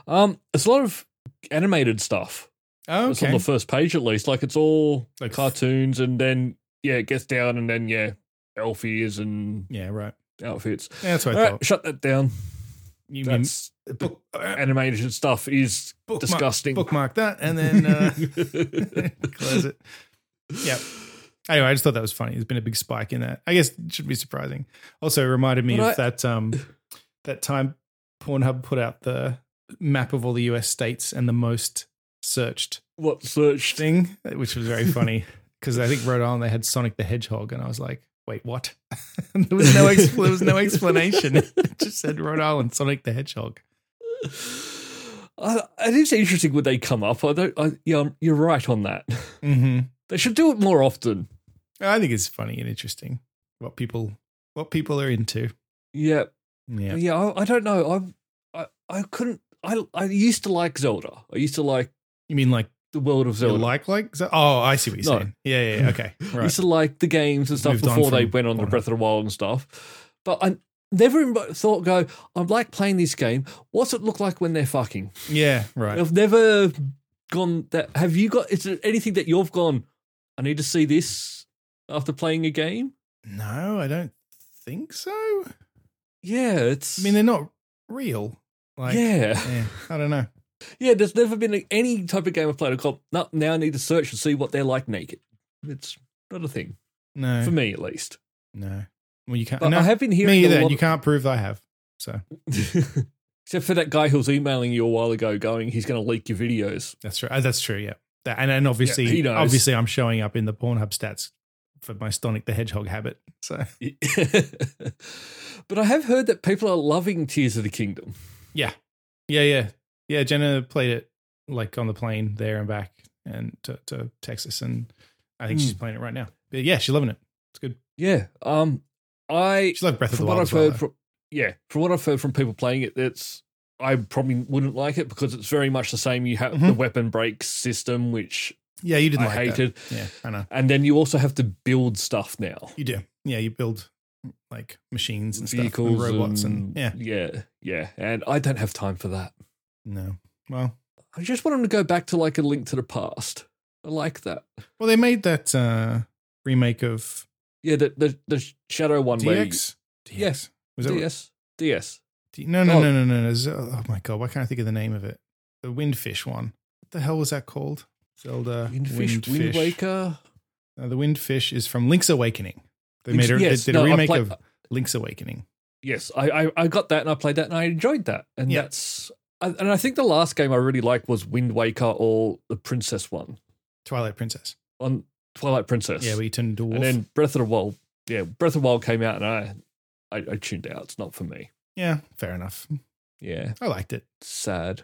[SPEAKER 1] Um, it's a lot of animated stuff.
[SPEAKER 2] Oh,
[SPEAKER 1] It's on
[SPEAKER 2] okay.
[SPEAKER 1] the first page at least. Like it's all
[SPEAKER 2] Like-
[SPEAKER 1] cartoons, and then yeah, it gets down, and then yeah, elf ears and
[SPEAKER 2] Yeah, right.
[SPEAKER 1] outfits.
[SPEAKER 2] Yeah, that's what
[SPEAKER 1] All
[SPEAKER 2] I
[SPEAKER 1] right,
[SPEAKER 2] thought.
[SPEAKER 1] shut that down.
[SPEAKER 2] You mean uh,
[SPEAKER 1] That's animated stuff is
[SPEAKER 2] bookmark,
[SPEAKER 1] disgusting.
[SPEAKER 2] Bookmark that and then uh, close it. Yep. Anyway, I just thought that was funny. There's been a big spike in that. I guess it should be surprising. Also, it reminded me
[SPEAKER 1] But
[SPEAKER 2] of
[SPEAKER 1] I-
[SPEAKER 2] that um that time Pornhub put out the map of all the US states and the most searched
[SPEAKER 1] What search thing?
[SPEAKER 2] thing, which was very funny because I think Rhode Island they had Sonic the Hedgehog, and I was like, wait, what? there was no ex- there was no explanation. it just said Rhode Island Sonic the Hedgehog.
[SPEAKER 1] I it is interesting when they come up. I don't. I, yeah, I'm- you're right on that.
[SPEAKER 2] Mm-hmm.
[SPEAKER 1] They should do it more often.
[SPEAKER 2] I think it's funny and interesting what people what people are into.
[SPEAKER 1] Yeah,
[SPEAKER 2] Yeah.
[SPEAKER 1] yeah. I, I don't know. I, I, I couldn't. I, I used to like Zelda. I used to like
[SPEAKER 2] You mean like
[SPEAKER 1] the world of
[SPEAKER 2] you
[SPEAKER 1] Zelda.
[SPEAKER 2] like like Ze- oh I see what you're
[SPEAKER 1] No.
[SPEAKER 2] saying. Yeah, yeah, yeah. Okay.
[SPEAKER 1] I
[SPEAKER 2] Right.
[SPEAKER 1] used to like the games and stuff
[SPEAKER 2] Moved on
[SPEAKER 1] before they
[SPEAKER 2] from
[SPEAKER 1] went on to
[SPEAKER 2] Honor.
[SPEAKER 1] Breath of the Wild and stuff. But I never in my thought go, I'm like playing this game. What's it look like when they're fucking?
[SPEAKER 2] Yeah, right.
[SPEAKER 1] I've never gone that. Have you got? Is there anything that you've gone? I need to see this after playing a game.
[SPEAKER 2] No, I don't think so. I
[SPEAKER 1] Yeah, it's.
[SPEAKER 2] mean they're not real. Like
[SPEAKER 1] yeah,
[SPEAKER 2] yeah, I don't know.
[SPEAKER 1] yeah. There's never been any type of game I've played. I called, no, now I need to search and see what they're like naked. It's not a thing
[SPEAKER 2] No.
[SPEAKER 1] for me, at least.
[SPEAKER 2] No. Well you can't
[SPEAKER 1] But
[SPEAKER 2] no,
[SPEAKER 1] I have been hearing a
[SPEAKER 2] me either. and
[SPEAKER 1] lot
[SPEAKER 2] You
[SPEAKER 1] of-
[SPEAKER 2] can't prove that I have. So
[SPEAKER 1] Except for that guy who was emailing you a while ago, going he's going to leak your videos.
[SPEAKER 2] That's right. That's true. Yeah. That, and and obviously,
[SPEAKER 1] he knows.
[SPEAKER 2] obviously, I'm showing up in the Pornhub stats for my Sonic the Hedgehog habit. So
[SPEAKER 1] but I have heard that people are loving Tears of the Kingdom.
[SPEAKER 2] yeah, yeah, yeah, yeah. Jenna played it like on the plane there and back and to, to Texas, and I think
[SPEAKER 1] Hmm.
[SPEAKER 2] she's playing it right now. But yeah, she's loving it. It's good.
[SPEAKER 1] Yeah. Um. I
[SPEAKER 2] She loved Breath of the
[SPEAKER 1] from what
[SPEAKER 2] Wild.
[SPEAKER 1] I've
[SPEAKER 2] as well,
[SPEAKER 1] heard
[SPEAKER 2] though.
[SPEAKER 1] from yeah from what I've heard from people playing it, it's I probably wouldn't like it because it's very much the same. You have the
[SPEAKER 2] Mhm.
[SPEAKER 1] weapon break system, which
[SPEAKER 2] yeah, you didn't
[SPEAKER 1] I
[SPEAKER 2] like that.
[SPEAKER 1] hated,
[SPEAKER 2] Yeah, I know.
[SPEAKER 1] and then you also have to build stuff now,
[SPEAKER 2] You do. Yeah, you build like machines and
[SPEAKER 1] vehicles,
[SPEAKER 2] stuff, and robots, and, yeah,
[SPEAKER 1] yeah, yeah. And I don't have time for that.
[SPEAKER 2] no. Well,
[SPEAKER 1] I just want them to go back to like a link to the past. I like that.
[SPEAKER 2] well, they made that uh remake of
[SPEAKER 1] Yeah, the the, the shadow one where you-
[SPEAKER 2] DX.
[SPEAKER 1] Yes.
[SPEAKER 2] Was it
[SPEAKER 1] DS DS.
[SPEAKER 2] D- No, no,
[SPEAKER 1] Oh.
[SPEAKER 2] no, no, no, no. Z- Oh my god, why can't I think of the name of it? The Windfish one. What the hell was that called? Zelda
[SPEAKER 1] Windfish, Wind Waker.
[SPEAKER 2] Uh, the Windfish is from Link's Awakening. They
[SPEAKER 1] Link's-
[SPEAKER 2] made a, they
[SPEAKER 1] yes,
[SPEAKER 2] did
[SPEAKER 1] no,
[SPEAKER 2] a
[SPEAKER 1] I
[SPEAKER 2] remake
[SPEAKER 1] play-
[SPEAKER 2] of Link's Awakening.
[SPEAKER 1] Yes, I, I I got that and I played that and I enjoyed that and
[SPEAKER 2] Yeah.
[SPEAKER 1] that's and and I think the last game I really liked was Wind Waker or the Princess one
[SPEAKER 2] Twilight Princess.
[SPEAKER 1] on Twilight Princess.
[SPEAKER 2] Yeah, where you turned into a wolf.
[SPEAKER 1] and then Breath of the Wild. Yeah, Breath of the Wild came out and I I, I tuned out. It's not for me.
[SPEAKER 2] yeah, fair enough.
[SPEAKER 1] Yeah,
[SPEAKER 2] I liked it.
[SPEAKER 1] sad.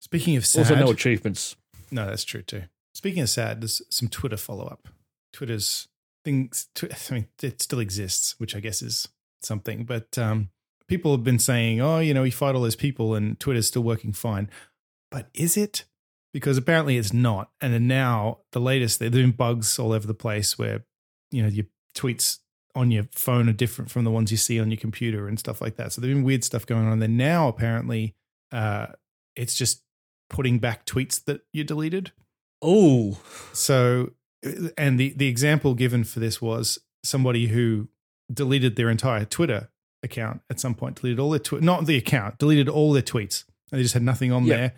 [SPEAKER 2] Speaking of sad,
[SPEAKER 1] Also, no achievements.
[SPEAKER 2] no, that's true too. Speaking of sad, there's some Twitter follow up. Twitter's things. Tw- I mean, it still exists, which I guess is something. But um, people have been saying, "Oh, you know, we fight all those people, and Twitter's still working fine." But is it? Because apparently it's not. And then now the latest, they're doing bugs all over the place where you know your tweets on your phone are different from the ones you see on your computer and stuff like that. So there's been weird stuff going on. And then now apparently, uh, it's just putting back tweets that you deleted.
[SPEAKER 1] Oh,
[SPEAKER 2] So, and the, the example given for this was somebody who deleted their entire Twitter account at some point, deleted all their tweet, not the account, deleted all their tweets, and they just had nothing on
[SPEAKER 1] Yeah.
[SPEAKER 2] there.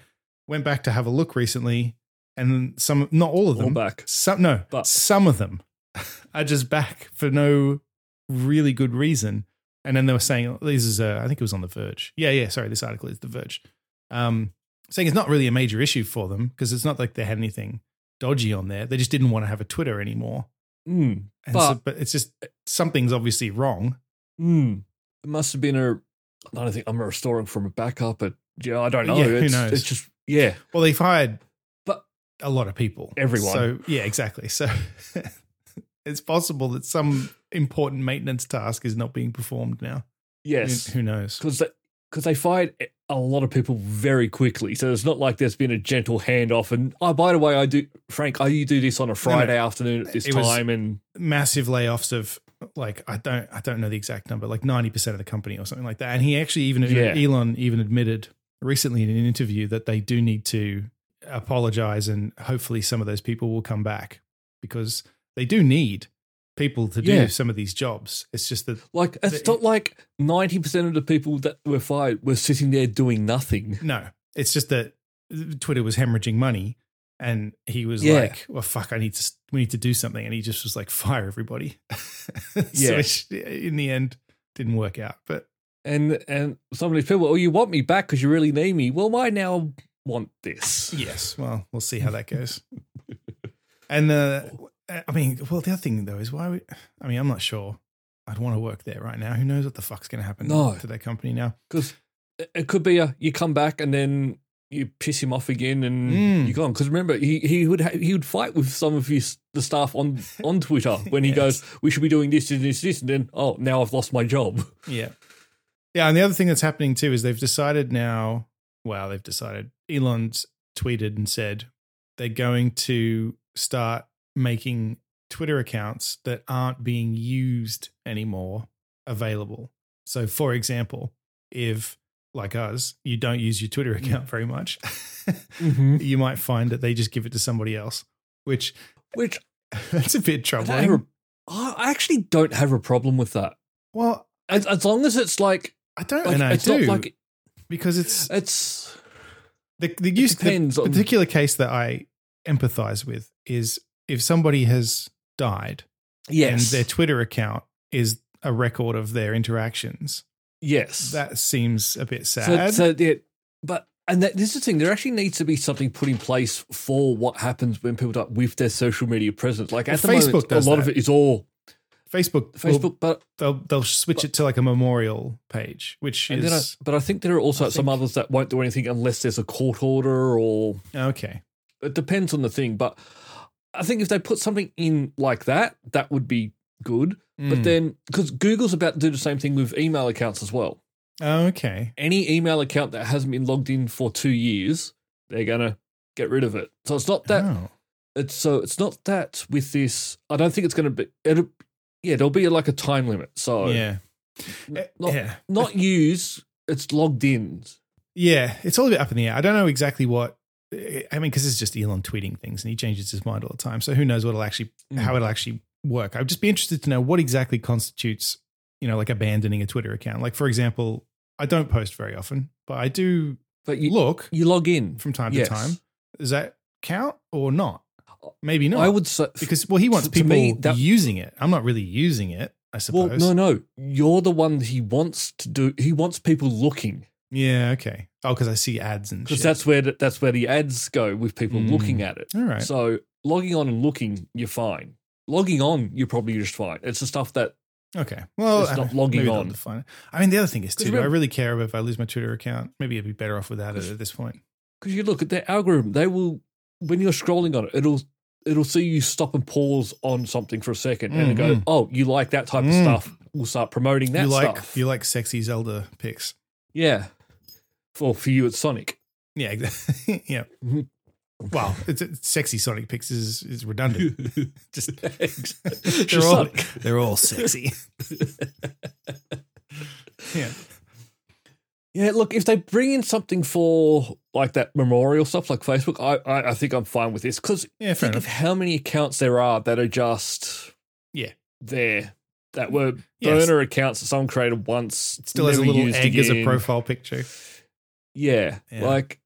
[SPEAKER 2] Went back to have a look recently, and some, not all of
[SPEAKER 1] all
[SPEAKER 2] them,
[SPEAKER 1] back.
[SPEAKER 2] some, no,
[SPEAKER 1] But-
[SPEAKER 2] some of them are just back for no really good reason. And then they were saying, this is, uh, I think it was on The Verge. Yeah, yeah, sorry, this article is The Verge. Um, saying it's not really a major issue for them because it's not like they had anything dodgy on there. They just didn't want to have a Twitter anymore.
[SPEAKER 1] Mm,
[SPEAKER 2] And so-
[SPEAKER 1] But-
[SPEAKER 2] but it's just something's obviously wrong.
[SPEAKER 1] mm. It must have been a. I don't think I'm restoring from a backup, but yeah, I don't know.
[SPEAKER 2] Yeah, who
[SPEAKER 1] it's,
[SPEAKER 2] knows?
[SPEAKER 1] It's just yeah.
[SPEAKER 2] Well, they fired,
[SPEAKER 1] But-
[SPEAKER 2] a lot of people,
[SPEAKER 1] Everyone.
[SPEAKER 2] So yeah, exactly. So it's possible that some important maintenance task is not being performed now. Who-
[SPEAKER 1] Yes,
[SPEAKER 2] who knows?
[SPEAKER 1] because because they fired a lot of people very quickly, so it's not like there's been a gentle handoff. And oh, by the way, I do Frank, I you do this on a Friday afternoon at this
[SPEAKER 2] It was-
[SPEAKER 1] time, and
[SPEAKER 2] massive layoffs of like I don't I don't know the exact number, like ninety percent of the company or something like that. And he actually even
[SPEAKER 1] Yeah.
[SPEAKER 2] Elon even admitted recently in an interview that they do need to apologize and hopefully some of those people will come back because they do need people to do
[SPEAKER 1] Yeah.
[SPEAKER 2] some of these jobs. It's just that
[SPEAKER 1] like it's not like ninety percent of the people that were fired were sitting there doing nothing.
[SPEAKER 2] no, it's just that Twitter was hemorrhaging money. And he was
[SPEAKER 1] Yeah.
[SPEAKER 2] like, "Well, fuck! I need to. We need to do something." And he just was like, "Fire everybody." so
[SPEAKER 1] Yeah.
[SPEAKER 2] it, in the end, didn't work out. But
[SPEAKER 1] And and some of these people, oh, you want me back because you really need me. Well, I now want this.
[SPEAKER 2] Yes. Well, we'll see how that goes. and uh, I mean, well, the other thing though is why would I mean, I'm not sure. I'd want to work there right now. Who knows what the fuck's going to happen
[SPEAKER 1] No.
[SPEAKER 2] to their company now?
[SPEAKER 1] because it could be a you come uh, back and then you piss him off again and
[SPEAKER 2] Mm.
[SPEAKER 1] you're gone. Because remember, he, he would ha- he would fight with some of his the staff on on Twitter when he
[SPEAKER 2] Yes.
[SPEAKER 1] goes, "We should be doing this and this this," and then oh, now I've lost my job.
[SPEAKER 2] Yeah. Yeah. And the other thing that's happening too is they've decided now, well, they've decided, Elon's tweeted and said they're going to start making Twitter accounts that aren't being used anymore available. So, for example, if like us, you don't use your Twitter account very much, you might find that they just give it to somebody else, which
[SPEAKER 1] Which
[SPEAKER 2] that's a bit
[SPEAKER 1] I, don't have
[SPEAKER 2] troubling.
[SPEAKER 1] a- I I actually don't have a problem with that,
[SPEAKER 2] Well,
[SPEAKER 1] as, as long as it's like,
[SPEAKER 2] I don't,
[SPEAKER 1] like
[SPEAKER 2] and I
[SPEAKER 1] it's
[SPEAKER 2] do,
[SPEAKER 1] not like uh,
[SPEAKER 2] because it's
[SPEAKER 1] it's
[SPEAKER 2] The, the use
[SPEAKER 1] depends
[SPEAKER 2] the
[SPEAKER 1] on-
[SPEAKER 2] particular case that I empathize with is if somebody has died
[SPEAKER 1] yes,
[SPEAKER 2] and their Twitter account is a record of their interactions.
[SPEAKER 1] yes.
[SPEAKER 2] That seems a bit
[SPEAKER 1] So,
[SPEAKER 2] sad.
[SPEAKER 1] so yeah, but and that, this is the thing. There actually needs to be something put in place for what happens when people up with their social media presence. Like at
[SPEAKER 2] Well,
[SPEAKER 1] the
[SPEAKER 2] Facebook
[SPEAKER 1] moment,
[SPEAKER 2] does
[SPEAKER 1] a lot
[SPEAKER 2] that.
[SPEAKER 1] of it is all
[SPEAKER 2] Facebook,
[SPEAKER 1] Facebook,
[SPEAKER 2] will-
[SPEAKER 1] but
[SPEAKER 2] they'll they'll switch it to like a memorial page, which
[SPEAKER 1] and then I,
[SPEAKER 2] is
[SPEAKER 1] but I think there are also
[SPEAKER 2] I
[SPEAKER 1] some
[SPEAKER 2] think-
[SPEAKER 1] others that won't do anything unless there's a court order or
[SPEAKER 2] okay.
[SPEAKER 1] it depends on the thing. But I think if they put something in like that, that would be good. But
[SPEAKER 2] Mm.
[SPEAKER 1] then because Google's about to do the same thing with email accounts as well.
[SPEAKER 2] okay,
[SPEAKER 1] any email account that hasn't been logged in for two years, they're gonna get rid of it. So it's not that.
[SPEAKER 2] Oh.
[SPEAKER 1] It's so it's not that with this. I don't think it's gonna be. It'll, yeah, there'll be like a time limit. So
[SPEAKER 2] yeah, Eh,
[SPEAKER 1] n- Oh, not
[SPEAKER 2] yeah.
[SPEAKER 1] not use. It's logged in.
[SPEAKER 2] Yeah, it's all a bit up in the air. I don't know exactly what. I mean, because it's just Elon tweeting things, and he changes his mind all the time. So who knows what'll actually
[SPEAKER 1] Mm.
[SPEAKER 2] how it'll actually work? I'd just be interested to know what exactly constitutes, you know, like abandoning a Twitter account. Like for example, I don't post very often, but I do
[SPEAKER 1] But you
[SPEAKER 2] look
[SPEAKER 1] you log in.
[SPEAKER 2] from time
[SPEAKER 1] yes. Oh,
[SPEAKER 2] to time. Does that count or not? Maybe not.
[SPEAKER 1] I would say
[SPEAKER 2] because well, he wants
[SPEAKER 1] to
[SPEAKER 2] people
[SPEAKER 1] me, that-
[SPEAKER 2] using it. I'm not really using it. I
[SPEAKER 1] well,
[SPEAKER 2] suppose.
[SPEAKER 1] no, no. You're the one he wants to do. He wants people looking
[SPEAKER 2] Yeah. Okay. Oh, because I see ads and
[SPEAKER 1] because
[SPEAKER 2] shit.
[SPEAKER 1] that's where the, that's where the ads go with people
[SPEAKER 2] Mm.
[SPEAKER 1] looking at it.
[SPEAKER 2] all right.
[SPEAKER 1] So logging on and looking, you're fine. Logging on, you're probably just fine. It's the stuff that
[SPEAKER 2] Okay. Well,
[SPEAKER 1] It's
[SPEAKER 2] I
[SPEAKER 1] not
[SPEAKER 2] mean,
[SPEAKER 1] logging
[SPEAKER 2] maybe they'll
[SPEAKER 1] on.
[SPEAKER 2] define it. I mean, the other thing is too.
[SPEAKER 1] Because
[SPEAKER 2] Do I
[SPEAKER 1] remember-
[SPEAKER 2] really care if I lose my Twitter account? Maybe I'd be better off without it
[SPEAKER 1] Because-
[SPEAKER 2] at this point.
[SPEAKER 1] because you look at their algorithm, they will when you're scrolling on it, it'll it'll see you stop and pause on something for a 2nd and it'll
[SPEAKER 2] Mhm.
[SPEAKER 1] go, oh, you like that type
[SPEAKER 2] Mm.
[SPEAKER 1] of stuff. We'll start promoting that
[SPEAKER 2] you like
[SPEAKER 1] stuff.
[SPEAKER 2] you like sexy Zelda pics.
[SPEAKER 1] yeah. For for you, it's Sonic.
[SPEAKER 2] Yeah. exa- yeah.
[SPEAKER 1] Mhm.
[SPEAKER 2] Wow, it's, it's sexy Sonic pics is, is redundant.
[SPEAKER 1] Just,
[SPEAKER 2] They're all,
[SPEAKER 1] Sonic.
[SPEAKER 2] they're all sexy. yeah.
[SPEAKER 1] Yeah, look, if they bring in something for like that memorial stuff, like Facebook, I I, I think I'm fine with this because
[SPEAKER 2] Yeah, fair
[SPEAKER 1] think
[SPEAKER 2] enough.
[SPEAKER 1] of how many accounts there are that are just
[SPEAKER 2] Yeah.
[SPEAKER 1] there that were
[SPEAKER 2] Yes.
[SPEAKER 1] burner accounts that someone created once
[SPEAKER 2] It still has a
[SPEAKER 1] never
[SPEAKER 2] little
[SPEAKER 1] used
[SPEAKER 2] egg as a
[SPEAKER 1] again.
[SPEAKER 2] profile picture.
[SPEAKER 1] yeah,
[SPEAKER 2] Yeah.
[SPEAKER 1] like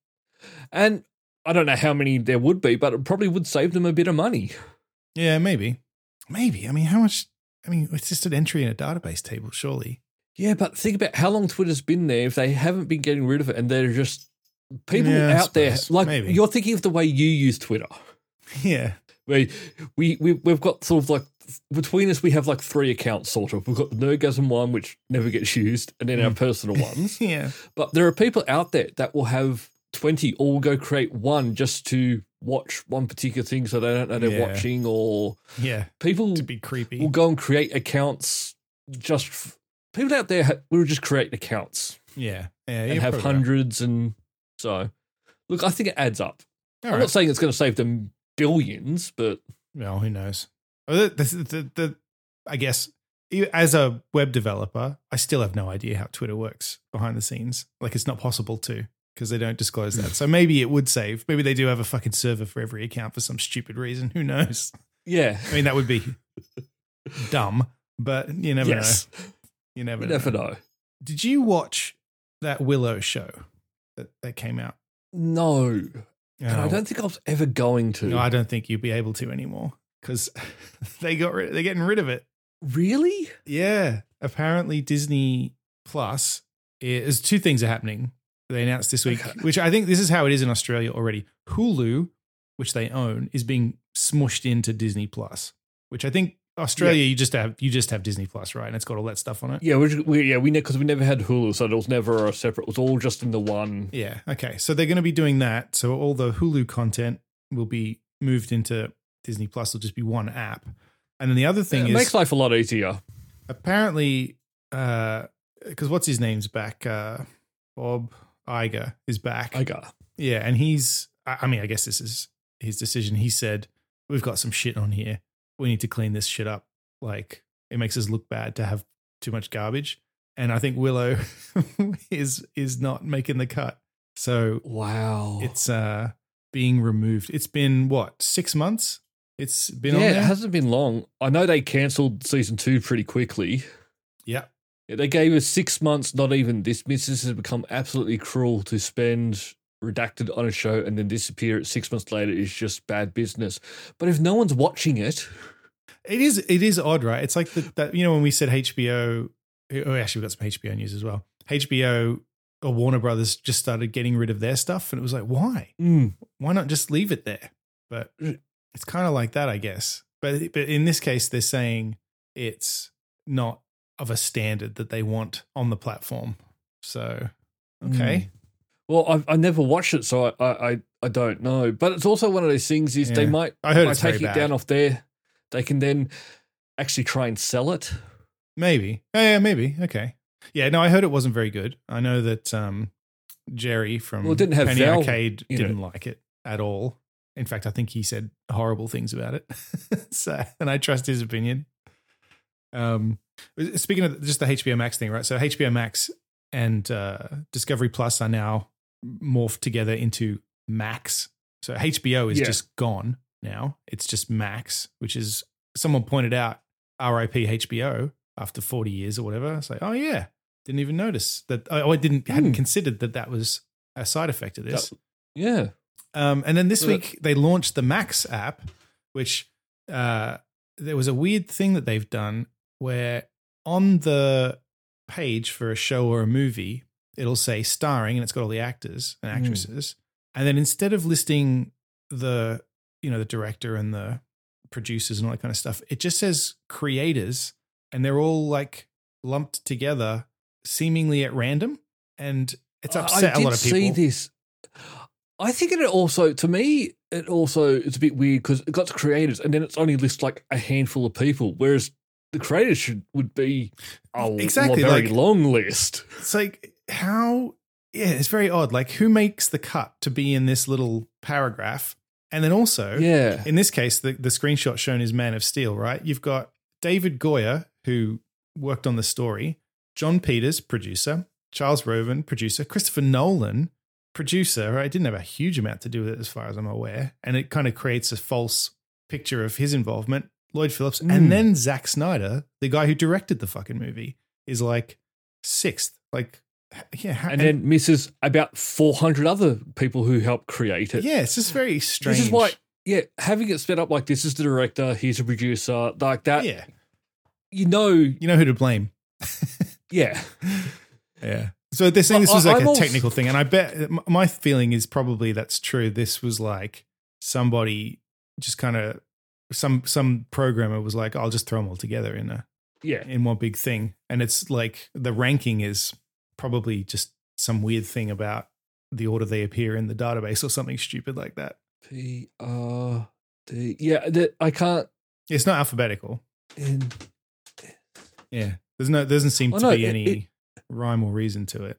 [SPEAKER 1] and i don't know how many there would be but it probably would save them a bit of money
[SPEAKER 2] Yeah, maybe. Maybe. I mean, how much? I mean, it's just an entry in a database table, surely.
[SPEAKER 1] yeah but think about how long twitter's been there if they haven't been getting rid of it and they're just people
[SPEAKER 2] Yeah, I
[SPEAKER 1] out there
[SPEAKER 2] suppose.
[SPEAKER 1] like
[SPEAKER 2] Maybe.
[SPEAKER 1] you're thinking of the way you use twitter
[SPEAKER 2] Yeah.
[SPEAKER 1] We we we we've got sort of like between us we have like three accounts sort of. We've got the Nerdgasm one which never gets used, and then our
[SPEAKER 2] Mm.
[SPEAKER 1] personal ones.
[SPEAKER 2] Yeah.
[SPEAKER 1] But there are people out there that will have twenty or will go create one just to watch one particular thing so they don't know they're
[SPEAKER 2] Yeah.
[SPEAKER 1] watching or
[SPEAKER 2] Yeah.
[SPEAKER 1] people
[SPEAKER 2] To be creepy.
[SPEAKER 1] will go and create accounts just f- people out there ha- will just create accounts
[SPEAKER 2] Yeah. Yeah.
[SPEAKER 1] and have hundreds and so look I think it adds up. I'm not saying it's going to save them billions, but
[SPEAKER 2] Well, who knows? Oh, the- the- the- the- I guess e- as a web developer, I still have no idea how Twitter works behind the scenes. Like, it's not possible to because they don't disclose that. So maybe it would save. Maybe they do have a fucking server for every account for some stupid reason. Who knows?
[SPEAKER 1] yeah.
[SPEAKER 2] I mean, that would be dumb, but you never
[SPEAKER 1] yes.
[SPEAKER 2] know. You never,
[SPEAKER 1] You
[SPEAKER 2] know.
[SPEAKER 1] never know.
[SPEAKER 2] Did you watch that Willow show that, that came out?
[SPEAKER 1] No, and I
[SPEAKER 2] Oh.
[SPEAKER 1] don't think I was ever going to.
[SPEAKER 2] No, I don't think you'd be able to anymore because they got rid- they're getting rid of it.
[SPEAKER 1] really?
[SPEAKER 2] Yeah, apparently Disney Plus is two things are happening. They announced this week,
[SPEAKER 1] Okay.
[SPEAKER 2] which I think this is how it is in Australia already. Hulu, which they own, is being smushed into Disney Plus, which I think Australia, you just have you just have Disney Plus, right? And it's got all that stuff on it.
[SPEAKER 1] Yeah, we, we yeah we because we never had Hulu, so it was never a separate. It was all just in the one.
[SPEAKER 2] Yeah. Okay. So they're going to be doing that. So all the Hulu content will be moved into Disney Plus. It'll just be one app. And then the other thing
[SPEAKER 1] it
[SPEAKER 2] is
[SPEAKER 1] makes life a lot easier.
[SPEAKER 2] apparently, because what's his name's back? Uh, Bob Iger is back.
[SPEAKER 1] I got
[SPEAKER 2] Yeah, and he's. I I mean, I guess this is his decision. He said, "We've got some shit on here. We need to clean this shit up. Like, it makes us look bad to have too much garbage." And I think Willow is is not making the cut. So
[SPEAKER 1] wow.
[SPEAKER 2] it's uh being removed. It's been what six months? It's been
[SPEAKER 1] yeah,
[SPEAKER 2] on
[SPEAKER 1] it
[SPEAKER 2] there?
[SPEAKER 1] hasn't been long. I know they cancelled season two pretty quickly.
[SPEAKER 2] yeah.
[SPEAKER 1] Yeah, They gave us six months, not even this. Business has become absolutely cruel to spend redacted on a show and then disappear it six months later is just bad business. But if no one's watching it,
[SPEAKER 2] It is it is odd, right? It's like the, that you know when we said HBO. Oh, actually, we got some HBO news as well. HBO or Warner Brothers just started getting rid of their stuff, and it was like, why?
[SPEAKER 1] hmm,
[SPEAKER 2] Why not just leave it there? But it's kind of like that, I guess. But but in this case, they're saying it's not of a standard that they want on the platform. So okay,
[SPEAKER 1] hmm. well, I, I never watched it, so I, I, I- I don't know. But it's also one of those things is they
[SPEAKER 2] Yeah.
[SPEAKER 1] might
[SPEAKER 2] I heard
[SPEAKER 1] by
[SPEAKER 2] it's very
[SPEAKER 1] taking it
[SPEAKER 2] bad.
[SPEAKER 1] down off there, they can then actually try and sell it.
[SPEAKER 2] Maybe. Oh, yeah, maybe. Okay. Yeah, no, I heard it wasn't very good. I know that um, Jerry from
[SPEAKER 1] Well, it didn't have
[SPEAKER 2] Penny
[SPEAKER 1] Valve
[SPEAKER 2] Arcade
[SPEAKER 1] in
[SPEAKER 2] didn't like it at all. In fact, I think he said horrible things about it. so, and I trust his opinion. Um, speaking of just the HBO Max thing, right? So HBO Max and uh, Discovery Plus are now morphed together into Max. So HBO is
[SPEAKER 1] Yeah.
[SPEAKER 2] just gone now. It's just Max, which is someone pointed out RIP HBO after 40 years or whatever. It's like, oh yeah, didn't even notice that. Oh, I didn't hadn't
[SPEAKER 1] Hmm.
[SPEAKER 2] considered that that was a side effect of this.
[SPEAKER 1] Yeah.
[SPEAKER 2] Um, and then this
[SPEAKER 1] Well,
[SPEAKER 2] week they launched the Max app, which uh, there was a weird thing that they've done where on the page for a show or a movie, it'll say starring and it's got all the actors and
[SPEAKER 1] Hmm.
[SPEAKER 2] actresses. And then instead of listing the, you know, the director and the producers and all that kind of stuff, it just says creators and they're all like lumped together seemingly at random. And it's
[SPEAKER 1] I
[SPEAKER 2] upset a
[SPEAKER 1] did
[SPEAKER 2] lot of people.
[SPEAKER 1] See this. I think it also, to me, it also it's a bit weird because it got to creators and then it's only lists like a handful of people, whereas the creators should would be a
[SPEAKER 2] Exactly,
[SPEAKER 1] lo- very
[SPEAKER 2] like-
[SPEAKER 1] long list.
[SPEAKER 2] it's like how yeah it's very odd like who makes the cut to be in this little paragraph and then also
[SPEAKER 1] Yeah,
[SPEAKER 2] in this case the, the screenshot shown is man of steel right you've got david goyer who worked on the story john peters producer charles roven producer christopher nolan producer right didn't have a huge amount to do with it as far as i'm aware and it kind of creates a false picture of his involvement lloyd phillips
[SPEAKER 1] Mm.
[SPEAKER 2] and then Zack snyder the guy who directed the fucking movie is like sixth like h- yeah how-
[SPEAKER 1] and then misses about four hundred other people who helped create it.
[SPEAKER 2] yeah it's just very strange
[SPEAKER 1] This is why, yeah, having it sped up like this is the director, he's a producer, like that.
[SPEAKER 2] yeah
[SPEAKER 1] You know,
[SPEAKER 2] you know who to blame
[SPEAKER 1] yeah,
[SPEAKER 2] Yeah. So they're saying this
[SPEAKER 1] Well,
[SPEAKER 2] was
[SPEAKER 1] I-
[SPEAKER 2] like
[SPEAKER 1] I'm
[SPEAKER 2] a
[SPEAKER 1] also-
[SPEAKER 2] technical thing, and I bet m- my feeling is probably that's true. This was like somebody just kind of some some programmer was like, "I'll just throw them all together in a
[SPEAKER 1] yeah.
[SPEAKER 2] in one big thing," and it's like the ranking is probably just some weird thing about the order they appear in the database or something stupid like that.
[SPEAKER 1] P R D. Yeah, that I can't.
[SPEAKER 2] It's not alphabetical.
[SPEAKER 1] In,
[SPEAKER 2] Yeah, there's no doesn't seem
[SPEAKER 1] Well,
[SPEAKER 2] to
[SPEAKER 1] no,
[SPEAKER 2] be
[SPEAKER 1] it-
[SPEAKER 2] any
[SPEAKER 1] it-
[SPEAKER 2] rhyme or reason to it.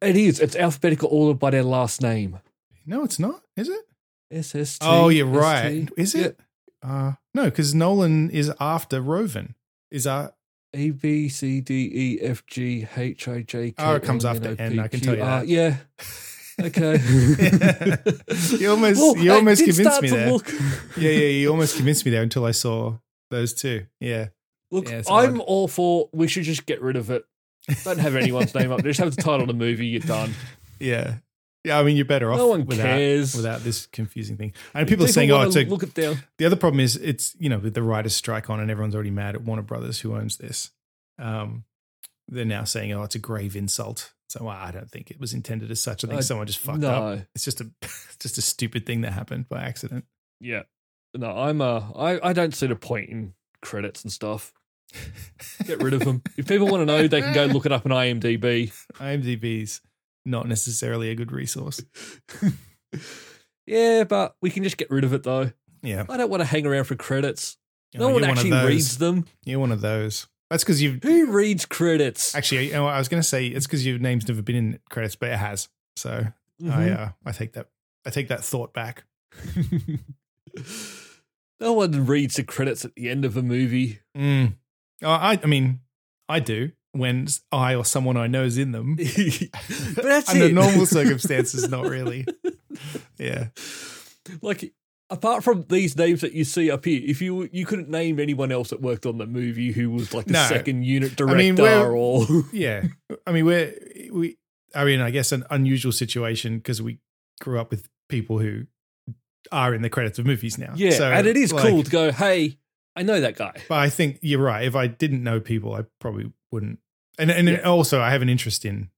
[SPEAKER 1] It is. It's alphabetical order by their last name.
[SPEAKER 2] No, it's not, is it?
[SPEAKER 1] SST.
[SPEAKER 2] Oh, you're right.
[SPEAKER 1] ST,
[SPEAKER 2] Is it? Uh, no, because Nolan is after Roven. Is uh,
[SPEAKER 1] yeah. A B C D E F G H I J K.
[SPEAKER 2] Oh, it comes
[SPEAKER 1] L,
[SPEAKER 2] after
[SPEAKER 1] O, P,
[SPEAKER 2] N, I can
[SPEAKER 1] Q,
[SPEAKER 2] tell you
[SPEAKER 1] R.
[SPEAKER 2] that.
[SPEAKER 1] Yeah. Okay.
[SPEAKER 2] You almost- you
[SPEAKER 1] I
[SPEAKER 2] almost
[SPEAKER 1] did
[SPEAKER 2] convinced
[SPEAKER 1] start
[SPEAKER 2] me
[SPEAKER 1] to
[SPEAKER 2] there.
[SPEAKER 1] Look,
[SPEAKER 2] yeah, yeah. You almost convinced me there until I saw those two. Yeah,
[SPEAKER 1] look
[SPEAKER 2] Yeah, it's
[SPEAKER 1] I'm
[SPEAKER 2] odd.
[SPEAKER 1] all for. We should just get rid of it. Don't have anyone's name up. Just have the title of the movie. You're done.
[SPEAKER 2] yeah, yeah. I mean, you're better off.
[SPEAKER 1] No one
[SPEAKER 2] without,
[SPEAKER 1] cares.
[SPEAKER 2] without this confusing thing. And people, are saying, "Oh,
[SPEAKER 1] wanna
[SPEAKER 2] it's a,
[SPEAKER 1] look at their.
[SPEAKER 2] the other problem is it's you know with the writers' strike on, and everyone's already mad at Warner Brothers who owns this. Um, they're now saying, "Oh, it's a grave insult." So well, I don't think it was intended as such. I think
[SPEAKER 1] Uh,
[SPEAKER 2] someone just fucked
[SPEAKER 1] no.
[SPEAKER 2] up. It's just a just a stupid thing that happened by accident.
[SPEAKER 1] Yeah. No, I'm a. I I don't see the point in credits and stuff. Get rid of them. if people want to know, they can go look it up on IMDb.
[SPEAKER 2] IMDb's not necessarily a good resource.
[SPEAKER 1] Yeah, but we can just get rid of it though.
[SPEAKER 2] Yeah.
[SPEAKER 1] I don't want to hang around for credits. No
[SPEAKER 2] Oh,
[SPEAKER 1] one
[SPEAKER 2] you're
[SPEAKER 1] actually
[SPEAKER 2] one of those.
[SPEAKER 1] reads them.
[SPEAKER 2] You're one of those. That's because you've
[SPEAKER 1] Who reads credits?
[SPEAKER 2] actually. You know, what, I was going to say it's because your name's never been in credits, but it has. So I
[SPEAKER 1] Mhm.
[SPEAKER 2] uh, I take that I take that thought back.
[SPEAKER 1] no one reads the credits at the end of a movie.
[SPEAKER 2] Mm. Uh, I I mean I do when s- I or someone I know is in them.
[SPEAKER 1] but that's
[SPEAKER 2] Under
[SPEAKER 1] it.
[SPEAKER 2] normal circumstances, not really. Yeah.
[SPEAKER 1] like apart from these names that you see up here, if you you couldn't name anyone else that worked on the movie who was like the
[SPEAKER 2] No.
[SPEAKER 1] second unit
[SPEAKER 2] I
[SPEAKER 1] director
[SPEAKER 2] mean, we're-
[SPEAKER 1] or
[SPEAKER 2] Yeah. I mean, we're, we, I mean, I guess an unusual situation because we grew up with people who are in the credits of movies now.
[SPEAKER 1] yeah, and it is
[SPEAKER 2] Oh, like,
[SPEAKER 1] cool to go, hey, I know that guy.
[SPEAKER 2] But I think you're right. If I didn't know people, I probably wouldn't. And and
[SPEAKER 1] Yeah.
[SPEAKER 2] also, I have an interest in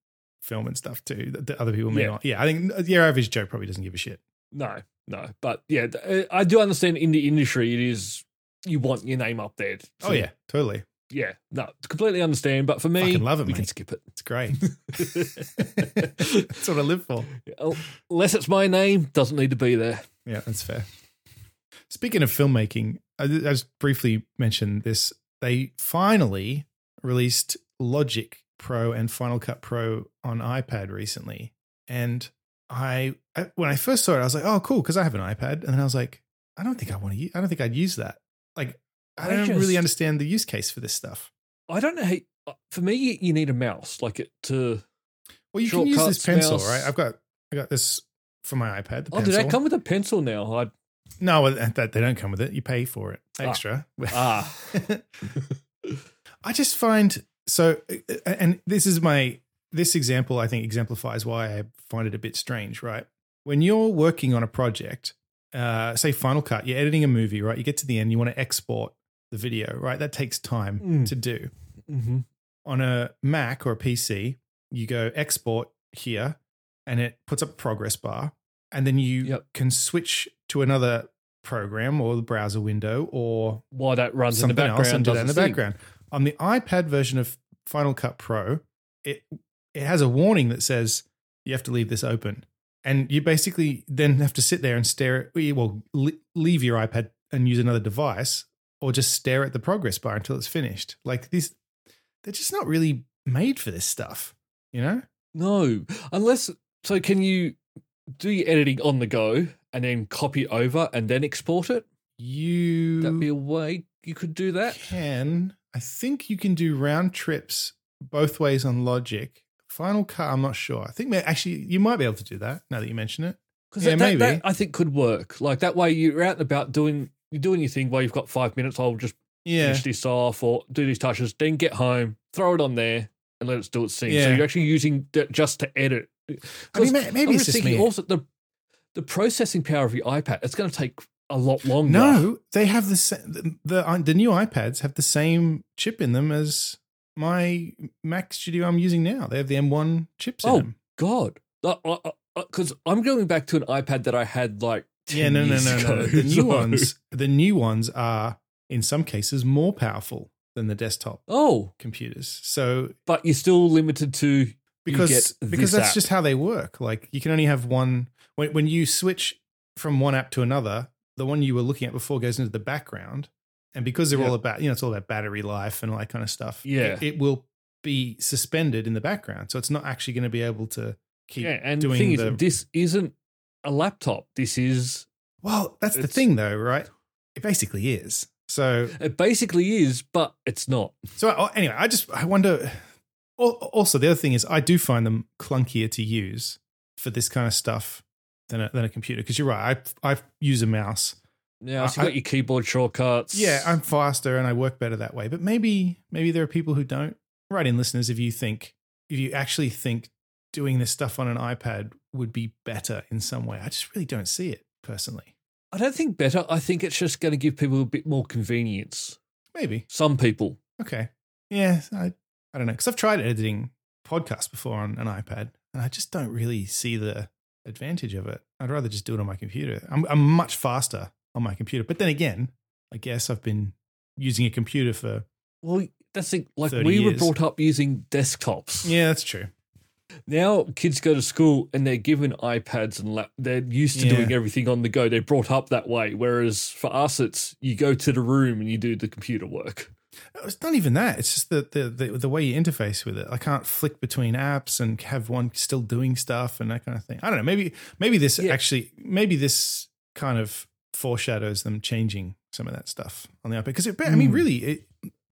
[SPEAKER 2] film and stuff too that, that other people may
[SPEAKER 1] Yeah.
[SPEAKER 2] not. Yeah. I think uh, your average Joe probably doesn't give a shit.
[SPEAKER 1] No, no, but yeah, th- uh, I do understand in the industry it is you want your name up there.
[SPEAKER 2] Oh, yeah. Totally.
[SPEAKER 1] yeah, no, completely understand. But for me,
[SPEAKER 2] Fucking love it,
[SPEAKER 1] we can
[SPEAKER 2] mate.
[SPEAKER 1] skip it.
[SPEAKER 2] It's great. That's what I live for.
[SPEAKER 1] Unless it's my name, doesn't need to be there.
[SPEAKER 2] Yeah, that's fair. Speaking of filmmaking, I, I just briefly mentioned this. They finally released Logic Pro and Final Cut Pro on iPad recently, and I, I when I first saw it, I was like, "Oh, cool," because I have an iPad, and then I was like, "I don't think I want to. Use, I don't think I'd use that. Like, I,
[SPEAKER 1] I
[SPEAKER 2] don't
[SPEAKER 1] just-
[SPEAKER 2] really understand the use case for this stuff."
[SPEAKER 1] I don't know. How, uh, for me, you- you need a mouse, like it to.
[SPEAKER 2] Well, you can use this
[SPEAKER 1] Shortcuts,
[SPEAKER 2] pencil,
[SPEAKER 1] mouse.
[SPEAKER 2] right? I've got I got this for my iPad. The
[SPEAKER 1] Oh,
[SPEAKER 2] pencil.
[SPEAKER 1] did that come with a pencil now? I
[SPEAKER 2] No, well, that, that- they don't come with it. You pay for it
[SPEAKER 1] Ah.
[SPEAKER 2] extra.
[SPEAKER 1] ah,
[SPEAKER 2] I just find so, and this is my this example. I think exemplifies why I find it a bit strange, right? When you're working on a project, uh, say Final Cut, you're editing a movie, right? You get to the end, you want to export the video, right? That takes time
[SPEAKER 1] Mm.
[SPEAKER 2] to do.
[SPEAKER 1] mhm.
[SPEAKER 2] On a Mac or a PC, you go export here, and it puts up a progress bar, and then you
[SPEAKER 1] Yep.
[SPEAKER 2] can switch to another program or the browser window or
[SPEAKER 1] why that runs in the
[SPEAKER 2] something else and
[SPEAKER 1] background
[SPEAKER 2] do that
[SPEAKER 1] doesn't
[SPEAKER 2] in the
[SPEAKER 1] sing.
[SPEAKER 2] background. On the iPad version of Final Cut Pro, it it has a warning that says you have to leave this open, and you basically then have to sit there and stare. At, well, le- leave your iPad and use another device, or just stare at the progress bar until it's finished. Like these, they're just not really made for this stuff, you know?
[SPEAKER 1] No, unless so. Can you do your editing on the go and then copy it over and then export it?
[SPEAKER 2] You
[SPEAKER 1] That'd be a way you could do that.
[SPEAKER 2] can. I think you can do round trips both ways on Logic. Final Cut, I'm not sure. I think may- actually you might be able to do that now that you mention it.
[SPEAKER 1] Because
[SPEAKER 2] Yeah,
[SPEAKER 1] that, that- that
[SPEAKER 2] maybe.
[SPEAKER 1] I think could work. Like that way, you're out and about doing you're doing your thing while you've got five minutes. I'll just
[SPEAKER 2] Yeah.
[SPEAKER 1] finish this off or do these touches, then get home, throw it on there, and let it do its thing. So
[SPEAKER 2] Yeah.
[SPEAKER 1] you're actually using that just to edit.
[SPEAKER 2] I mean, may-
[SPEAKER 1] I'm
[SPEAKER 2] maybe
[SPEAKER 1] just
[SPEAKER 2] it's just
[SPEAKER 1] thinking
[SPEAKER 2] me.
[SPEAKER 1] also the the processing power of your iPad. It's going to take a lot longer.
[SPEAKER 2] No, they have the, sa- the the uh, the new iPads have the same chip in them as my Mac Studio I'm using now. They have the M1 chips
[SPEAKER 1] Oh,
[SPEAKER 2] in them.
[SPEAKER 1] God, because I'm going back to an iPad that I had like 10
[SPEAKER 2] Yeah, no, no,
[SPEAKER 1] years
[SPEAKER 2] no,
[SPEAKER 1] ago.
[SPEAKER 2] no. The new
[SPEAKER 1] So-
[SPEAKER 2] ones, the new ones are in some cases more powerful than the desktop
[SPEAKER 1] Oh,
[SPEAKER 2] computers. So
[SPEAKER 1] but you're still limited to
[SPEAKER 2] because
[SPEAKER 1] get this
[SPEAKER 2] because that's
[SPEAKER 1] app.
[SPEAKER 2] just how they work. Like you can only have one when when you switch from one app to another, the one you were looking at before goes into the background, and because they're
[SPEAKER 1] Yeah.
[SPEAKER 2] all about you know it's all about battery life and all that kind of stuff.
[SPEAKER 1] Yeah.
[SPEAKER 2] it, it will be suspended in the background, so it's not actually going to be able to keep
[SPEAKER 1] yeah. And the
[SPEAKER 2] doing
[SPEAKER 1] thing
[SPEAKER 2] the.
[SPEAKER 1] is, this isn't a laptop. This is
[SPEAKER 2] well, that's the
[SPEAKER 1] it's-
[SPEAKER 2] thing though, right? It basically is. So
[SPEAKER 1] it basically is, but it's not.
[SPEAKER 2] So uh, anyway, I just I wonder. al- Also, the other thing is, I do find them clunkier to use for this kind of stuff than a, than a computer. Because you're right, I I use a mouse.
[SPEAKER 1] Yeah, so
[SPEAKER 2] I-
[SPEAKER 1] you got your keyboard shortcuts.
[SPEAKER 2] Yeah, I'm faster and I work better that way. But maybe maybe there are people who don't. Write in, listeners, if you think if you actually think doing this stuff on an iPad would be better in some way. I just really don't see it personally.
[SPEAKER 1] I don't think better. I think it's just going to give people a bit more convenience.
[SPEAKER 2] Maybe
[SPEAKER 1] Some people.
[SPEAKER 2] okay, yeah, I I don't know because I've tried editing podcasts before on an iPad, and I just don't really see the advantage of it. I'd rather just do it on my computer. I'm, I'm much faster on my computer. But then again, I guess I've been using a computer for.
[SPEAKER 1] Well, that's the- like
[SPEAKER 2] 30
[SPEAKER 1] we were
[SPEAKER 2] years.
[SPEAKER 1] brought up using desktops.
[SPEAKER 2] Yeah, that's true.
[SPEAKER 1] Now kids go to school and they're given iPads and lap- they're used to
[SPEAKER 2] Yeah.
[SPEAKER 1] doing everything on the go. They're brought up that way. Whereas for us, it's you go to the room and you do the computer work.
[SPEAKER 2] It's not even that. It's just the, the the the way you interface with it. I can't flick between apps and have one still doing stuff and that kind of thing. I don't know. Maybe maybe this
[SPEAKER 1] Yeah.
[SPEAKER 2] actually maybe this kind of foreshadows them changing some of that stuff on the iPad because it, I mean,
[SPEAKER 1] Mm.
[SPEAKER 2] really, it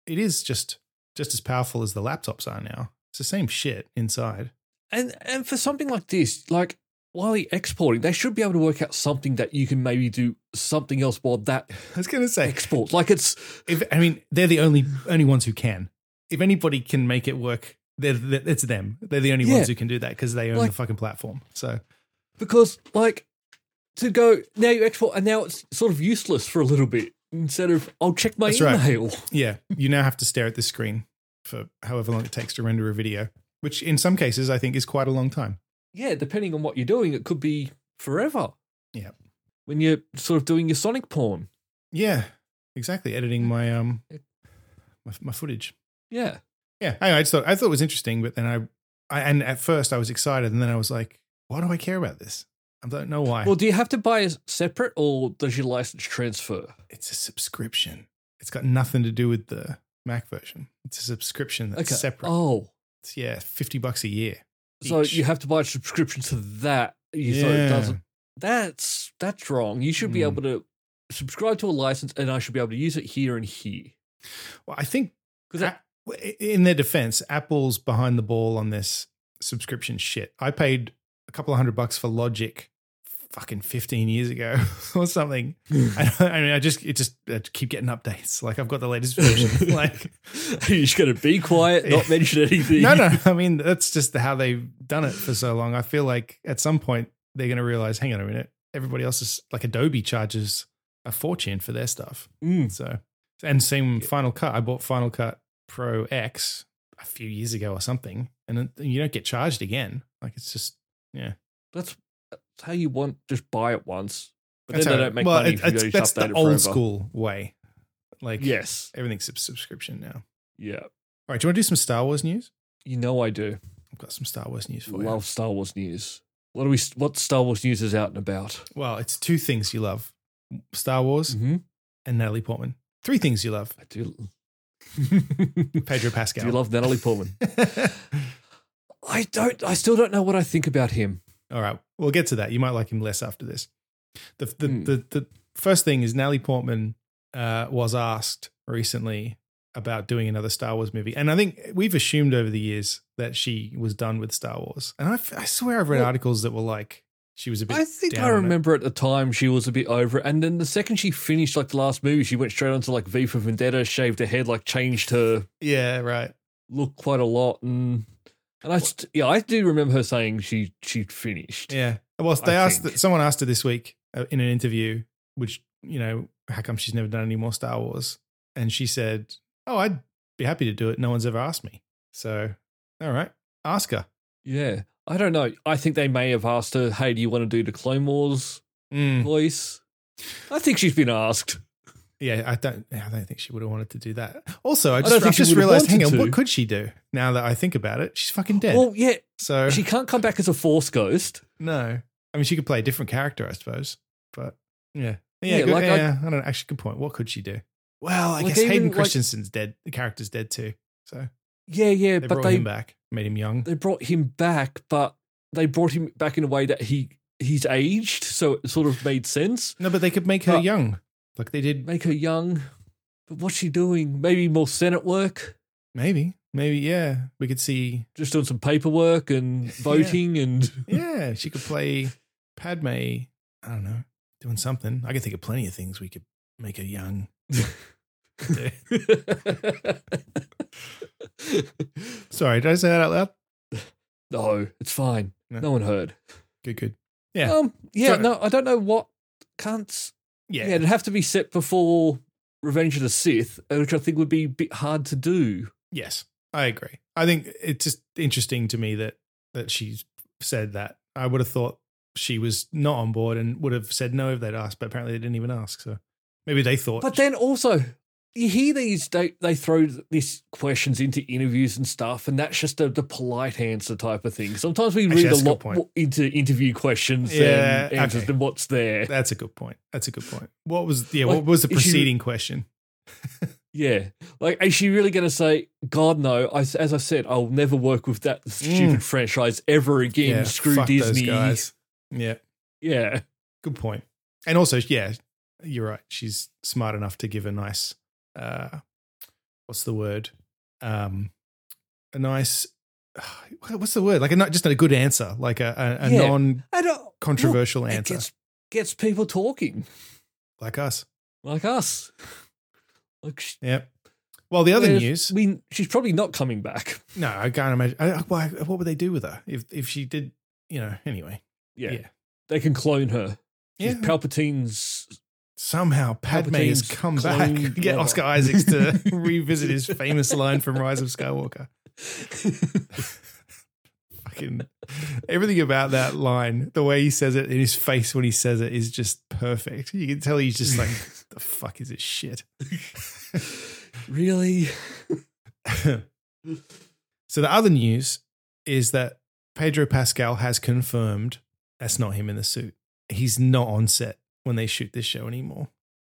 [SPEAKER 2] it is just just as powerful as the laptops are now. It's the same shit inside.
[SPEAKER 1] And and for something like this, like while you're exporting, they should be able to work out something that you can maybe do something else while that
[SPEAKER 2] I was gonna say
[SPEAKER 1] exports. Like it's
[SPEAKER 2] if I mean they're the only only ones who can. If anybody can make it work, they're, they're- it's them. They're the only
[SPEAKER 1] Yeah.
[SPEAKER 2] ones who can do that because they own
[SPEAKER 1] Like-
[SPEAKER 2] the fucking platform. So
[SPEAKER 1] because like to go now you export and now it's sort of useless for a little bit instead of I'll check my
[SPEAKER 2] That's right.
[SPEAKER 1] email.
[SPEAKER 2] yeah, you now have to stare at this screen for however long it takes to render a video, which in some cases I think is quite a long time.
[SPEAKER 1] yeah, depending on what you're doing, it could be forever.
[SPEAKER 2] Yeah.
[SPEAKER 1] When you're sort of doing your Sonic porn.
[SPEAKER 2] Yeah, exactly. Editing my um my, my footage.
[SPEAKER 1] Yeah.
[SPEAKER 2] Yeah, anyway, I just thought I thought it was interesting, but then I, I and at first I was excited, and then I was like, why do I care about this? I don't know why.
[SPEAKER 1] Well, do you have to buy it separate or does your license transfer?
[SPEAKER 2] it's a subscription. It's got nothing to do with the Mac version. It's a subscription that's separate.
[SPEAKER 1] Oh,
[SPEAKER 2] It's, yeah, fifty bucks a year.
[SPEAKER 1] so
[SPEAKER 2] each.
[SPEAKER 1] you have to buy a subscription to that. You yeah. it
[SPEAKER 2] Yeah.
[SPEAKER 1] doesn't. That's that's wrong. You should be
[SPEAKER 2] Mm.
[SPEAKER 1] able to subscribe to a license, and I should be able to use it here and here.
[SPEAKER 2] Well, I think
[SPEAKER 1] 'Cause that-
[SPEAKER 2] A- in their defense, Apple's behind the ball on this subscription shit. I paid a couple of hundred bucks for Logic fucking 15 years ago or something. I, I mean, I just, it just, I keep getting updates. Like I've got the latest version. like,
[SPEAKER 1] You're just gonna be quiet, not mention anything.
[SPEAKER 2] no, no. I mean, that's just how they've done it for so long. I feel like at some point they're going to realize, hang on a minute, everybody else is like Adobe charges a fortune for their stuff.
[SPEAKER 1] Mm.
[SPEAKER 2] So, and same Final Cut. I bought Final Cut Pro X a few years ago or something, and it, you don't get charged again. Like it's just
[SPEAKER 1] That's that's how you want. Just buy it once, but
[SPEAKER 2] that's
[SPEAKER 1] then they
[SPEAKER 2] how-
[SPEAKER 1] don't make
[SPEAKER 2] well,
[SPEAKER 1] money.
[SPEAKER 2] it-
[SPEAKER 1] if you
[SPEAKER 2] it's-
[SPEAKER 1] just
[SPEAKER 2] that's
[SPEAKER 1] update it
[SPEAKER 2] the old
[SPEAKER 1] forever.
[SPEAKER 2] school way. Like
[SPEAKER 1] Yes.
[SPEAKER 2] everything's sub- subscription now. All
[SPEAKER 1] Yeah.
[SPEAKER 2] right, do you want to do some Star Wars news?
[SPEAKER 1] You know I do.
[SPEAKER 2] I've got some Star Wars news for you.
[SPEAKER 1] Love Star Wars news. What do we? What Star Wars news is out and about?
[SPEAKER 2] Well, it's two things you love: Star Wars
[SPEAKER 1] Mm-hmm.
[SPEAKER 2] and Natalie Portman. Three things you love:
[SPEAKER 1] I do.
[SPEAKER 2] Pedro
[SPEAKER 1] do
[SPEAKER 2] Pascal.
[SPEAKER 1] you love Natalie Portman? I don't. I still don't know what I think about him.
[SPEAKER 2] All right, we'll get to that. You might like him less after this. The the
[SPEAKER 1] Hmm.
[SPEAKER 2] the, the first thing is Natalie Portman uh, was asked recently about doing another Star Wars movie, and I think we've assumed over the years that she was done with Star Wars. And I, f- I swear I've read
[SPEAKER 1] Well-
[SPEAKER 2] articles that were like she was a bit.
[SPEAKER 1] I think
[SPEAKER 2] down
[SPEAKER 1] I
[SPEAKER 2] on it.
[SPEAKER 1] remember at the time she was a bit over it, and then the second she finished like the last movie, she went straight on to like V for Vendetta, shaved her head, like changed her
[SPEAKER 2] Yeah, right.
[SPEAKER 1] look quite a lot, and and I st- yeah I do remember her saying she she finished.
[SPEAKER 2] Yeah. Well, they
[SPEAKER 1] I
[SPEAKER 2] asked
[SPEAKER 1] think.
[SPEAKER 2] someone asked her this week uh, in an interview, which you know, how come she's never done any more Star Wars? And she said, "Oh, I'd be happy to do it. No one's ever asked me." So, all right, ask her.
[SPEAKER 1] Yeah. I don't know. I think they may have asked her, "Hey, do you want to do the Clone Wars
[SPEAKER 2] Mm.
[SPEAKER 1] voice?" I think she's been asked.
[SPEAKER 2] Yeah, I don't. I don't think she would have wanted to do that. Also, I
[SPEAKER 1] don't
[SPEAKER 2] just, I
[SPEAKER 1] think she
[SPEAKER 2] just
[SPEAKER 1] would have
[SPEAKER 2] realized. Hang on,
[SPEAKER 1] wanted to.
[SPEAKER 2] what could she do? Now that I think about it, she's fucking dead.
[SPEAKER 1] Well, yeah,
[SPEAKER 2] so
[SPEAKER 1] she can't come back as a Force ghost.
[SPEAKER 2] no, I mean, she could play a different character, I suppose. But yeah, yeah,
[SPEAKER 1] Yeah,
[SPEAKER 2] good,
[SPEAKER 1] like I-
[SPEAKER 2] yeah. I, don't know. Actually, good point. What could she do? Well, I
[SPEAKER 1] Like
[SPEAKER 2] guess
[SPEAKER 1] even,
[SPEAKER 2] Hayden
[SPEAKER 1] like-
[SPEAKER 2] Christensen's dead. The character's dead too. So
[SPEAKER 1] Yeah, yeah,
[SPEAKER 2] they
[SPEAKER 1] but
[SPEAKER 2] brought
[SPEAKER 1] they
[SPEAKER 2] him back, made him young.
[SPEAKER 1] they brought him back, but they brought him back in a way that he he's aged, so it sort of made sense.
[SPEAKER 2] No, but they could make her
[SPEAKER 1] But-
[SPEAKER 2] young, like they did.
[SPEAKER 1] Make her young, but what's she doing? Maybe more Senate work,
[SPEAKER 2] Maybe, maybe, yeah. We could see.
[SPEAKER 1] just doing some paperwork and
[SPEAKER 2] Yeah.
[SPEAKER 1] voting and
[SPEAKER 2] Yeah, she could play Padme. I don't know, doing something. I could think of plenty of things we could make her young. Sorry, did I say that out loud?
[SPEAKER 1] no, it's fine.
[SPEAKER 2] No.
[SPEAKER 1] No one heard.
[SPEAKER 2] Good, good. Yeah.
[SPEAKER 1] Um, yeah,
[SPEAKER 2] So-
[SPEAKER 1] no, I don't know what can't. Yeah. it'd have to be set before Revenge of the Sith, uh, which I think would be a bit hard to do.
[SPEAKER 2] Yes, I agree. I think it's just interesting to me that that she's said that. I would have thought she was not on board and would have said no if they'd asked, but apparently they didn't even ask. So maybe they thought.
[SPEAKER 1] But then also, you hear these they, they throw these questions into interviews and stuff and that's just the, the polite answer type of thing sometimes we
[SPEAKER 2] Actually,
[SPEAKER 1] read a
[SPEAKER 2] that's a good
[SPEAKER 1] lot
[SPEAKER 2] point.
[SPEAKER 1] more into interview questions
[SPEAKER 2] Yeah,
[SPEAKER 1] than answers
[SPEAKER 2] okay.
[SPEAKER 1] than what's there
[SPEAKER 2] That's a good point. That's a good point. What was yeah?
[SPEAKER 1] Like,
[SPEAKER 2] what was the
[SPEAKER 1] if you-
[SPEAKER 2] preceding question?
[SPEAKER 1] yeah like is she really going to say god no I, as i said i'll never work with that stupid franchise ever again
[SPEAKER 2] yeah,
[SPEAKER 1] screw
[SPEAKER 2] fuck those
[SPEAKER 1] disney
[SPEAKER 2] guys. Yeah,
[SPEAKER 1] yeah
[SPEAKER 2] good point. And also, yeah, you're right. She's smart enough to give a nice, uh, what's the word? Um, a nice, what's the word? Like a not just a good answer, like a a, a
[SPEAKER 1] Yeah.
[SPEAKER 2] non
[SPEAKER 1] i don't
[SPEAKER 2] controversial
[SPEAKER 1] look, uh, it
[SPEAKER 2] answer,
[SPEAKER 1] gets, gets people talking
[SPEAKER 2] like us.
[SPEAKER 1] like us like sh-
[SPEAKER 2] Yep. Well, the other
[SPEAKER 1] there's-
[SPEAKER 2] news.
[SPEAKER 1] we, she's probably not coming back
[SPEAKER 2] No, I can't imagine. I, why, what would they do with her if if she did? You know. Anyway.
[SPEAKER 1] yeah,
[SPEAKER 2] Yeah.
[SPEAKER 1] they can clone her She's
[SPEAKER 2] Yeah.
[SPEAKER 1] Palpatine's
[SPEAKER 2] Somehow Padme has
[SPEAKER 1] Palpatine's
[SPEAKER 2] come back.
[SPEAKER 1] clone
[SPEAKER 2] Get
[SPEAKER 1] lover.
[SPEAKER 2] Oscar Isaacs to revisit his famous line from Rise of Skywalker. Fucking everything about that line, the way he says it, in his face when he says it, is just perfect. You can tell he's just like, the fuck is this shit?
[SPEAKER 1] really
[SPEAKER 2] so the other news is that Pedro Pascal has confirmed that's not him in the suit. He's not on set when they shoot this show anymore.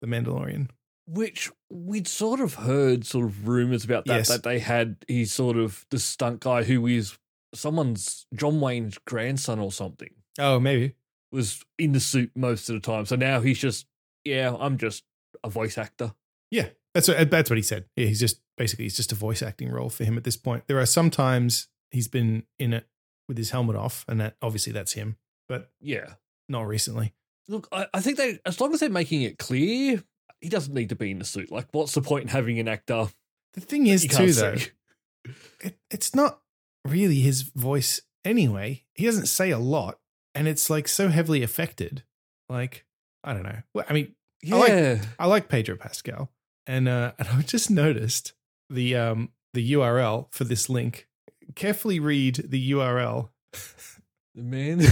[SPEAKER 2] The Mandalorian.
[SPEAKER 1] which we'd sort of heard sort of rumors about that
[SPEAKER 2] Yes.
[SPEAKER 1] that they had he's sort of the stunt guy who is someone's John Wayne's grandson or something
[SPEAKER 2] Oh, maybe.
[SPEAKER 1] was in the suit most of the time so now he's just yeah I'm just a voice actor
[SPEAKER 2] Yeah, that's what, that's what he said. Yeah, he's just basically it's just a voice acting role for him at this point. There are some times he's been in it with his helmet off, and that obviously that's him, but
[SPEAKER 1] yeah
[SPEAKER 2] not recently.
[SPEAKER 1] look I, I think they as long as they're making it clear he doesn't need to be in the suit like what's the point in having an actor
[SPEAKER 2] The thing is,
[SPEAKER 1] you
[SPEAKER 2] too,
[SPEAKER 1] can't
[SPEAKER 2] though,
[SPEAKER 1] see?
[SPEAKER 2] it, it's not really his voice anyway. He doesn't say a lot, and it's like so heavily affected. Like I don't know. Well, I mean, I like-
[SPEAKER 1] yeah
[SPEAKER 2] I like Pedro Pascal, and uh, and I just noticed the um the URL for this link. Carefully read the URL.
[SPEAKER 1] The man, the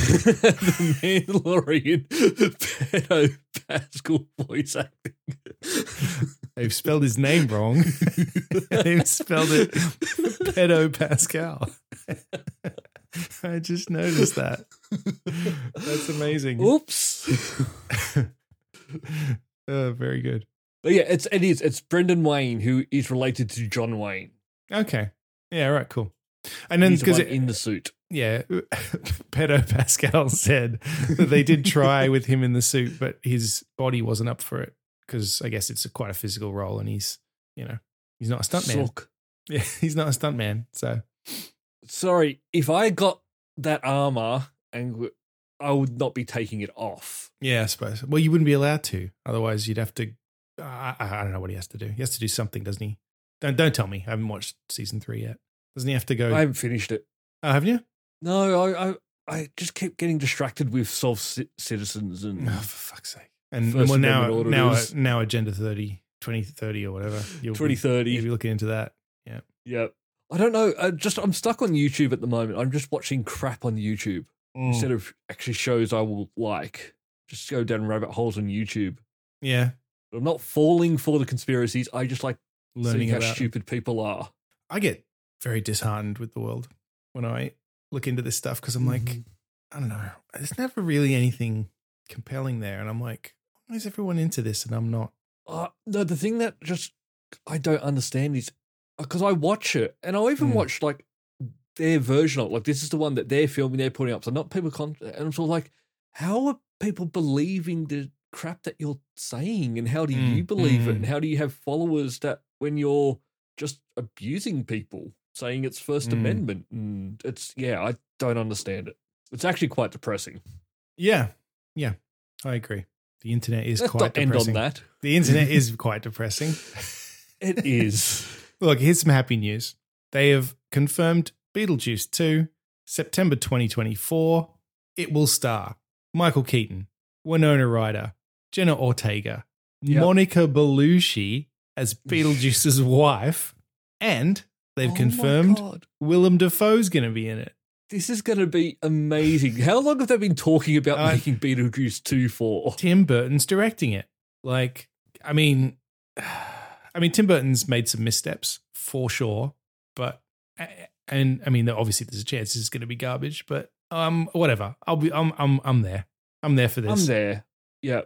[SPEAKER 1] Mandalorian, Beto Pascal voice acting.
[SPEAKER 2] They've spelled his name wrong. They've spelled it Pedo Pascal. I just noticed that. That's amazing.
[SPEAKER 1] Oops.
[SPEAKER 2] Uh, very good.
[SPEAKER 1] But yeah, it's it is it's Brendan Wayne who is related to John Wayne.
[SPEAKER 2] Okay. Yeah. Right. Cool. And
[SPEAKER 1] And
[SPEAKER 2] then
[SPEAKER 1] He's
[SPEAKER 2] because
[SPEAKER 1] because
[SPEAKER 2] it,
[SPEAKER 1] in the suit,
[SPEAKER 2] yeah, Pedo Pascal said that they did try with him in the suit, but his body wasn't up for it because I guess it's a, quite a physical role, and he's you know he's not a stuntman.
[SPEAKER 1] Sook.
[SPEAKER 2] Yeah, he's not a stuntman. So
[SPEAKER 1] Sorry, if I got that armor, and w- I would not be taking it off.
[SPEAKER 2] Yeah, I suppose. Well, you wouldn't be allowed to. Otherwise, you'd have to. I, I I don't know what he has to do. He has to do something, doesn't he? Don't don't tell me. I haven't watched season three yet. Doesn't he have to go?
[SPEAKER 1] I haven't finished it.
[SPEAKER 2] oh, haven't you?
[SPEAKER 1] No, I I, I just keep getting distracted with self ci- citizens and
[SPEAKER 2] Oh, for fuck's sake! And
[SPEAKER 1] Hmm. First
[SPEAKER 2] well, now
[SPEAKER 1] Amendment order
[SPEAKER 2] now
[SPEAKER 1] is-
[SPEAKER 2] now agenda 30, 2030 or whatever. You'll
[SPEAKER 1] twenty
[SPEAKER 2] Be,
[SPEAKER 1] thirty.
[SPEAKER 2] you'll be looking into that.
[SPEAKER 1] Yeah. I don't know. I just I'm stuck on YouTube at the moment. I'm just watching crap on YouTube Mm.
[SPEAKER 2] Mm.
[SPEAKER 1] instead of actually shows I will like. Just go down rabbit holes on YouTube.
[SPEAKER 2] Yeah,
[SPEAKER 1] I'm not falling for the conspiracies. I just like
[SPEAKER 2] learning
[SPEAKER 1] seeing how
[SPEAKER 2] about.
[SPEAKER 1] stupid people are.
[SPEAKER 2] I get very disheartened with the world when I look into this stuff because I'm like,
[SPEAKER 1] Mhm.
[SPEAKER 2] I don't know. There's never really anything compelling there, and I'm like, why is everyone into this and I'm not?
[SPEAKER 1] Uh, no, the thing that just I don't understand is because I watch it and I'll even
[SPEAKER 2] Mm.
[SPEAKER 1] watch like their version of it. Like this is the one that they're filming, they're putting up. So not people con- and I'm sort of like, how are people believing the crap that you're saying? And how do
[SPEAKER 2] Mm,
[SPEAKER 1] you believe it?
[SPEAKER 2] mm.
[SPEAKER 1] And how do you have followers that when you're just abusing people, saying it's First
[SPEAKER 2] Mm.
[SPEAKER 1] Amendment? And it's yeah, I don't understand it. It's actually quite depressing.
[SPEAKER 2] Yeah, yeah, I agree. The internet is
[SPEAKER 1] Let's
[SPEAKER 2] quite
[SPEAKER 1] not end on
[SPEAKER 2] depressing.
[SPEAKER 1] that.
[SPEAKER 2] The internet is quite depressing.
[SPEAKER 1] It is.
[SPEAKER 2] Look, here's some happy news. They have confirmed Beetlejuice 2, September 2024. It will star Michael Keaton, Winona Ryder, Jenna Ortega,
[SPEAKER 1] Yep.
[SPEAKER 2] Monica Bellucci as Beetlejuice's wife, and
[SPEAKER 1] Oh
[SPEAKER 2] they've
[SPEAKER 1] my
[SPEAKER 2] confirmed
[SPEAKER 1] God.
[SPEAKER 2] Willem Dafoe's going to be in it.
[SPEAKER 1] This is going to be amazing. How long have they been talking about
[SPEAKER 2] Uh,
[SPEAKER 1] making Beetlejuice 2 for?
[SPEAKER 2] Tim Burton's directing it. Like, I mean, I mean, Tim Burton's made some missteps for sure, but and I mean, obviously there's a chance this is going to be garbage, but um, whatever. I'll be, I'm, I'm, I'm there. I'm there for this.
[SPEAKER 1] I'm there. Yeah.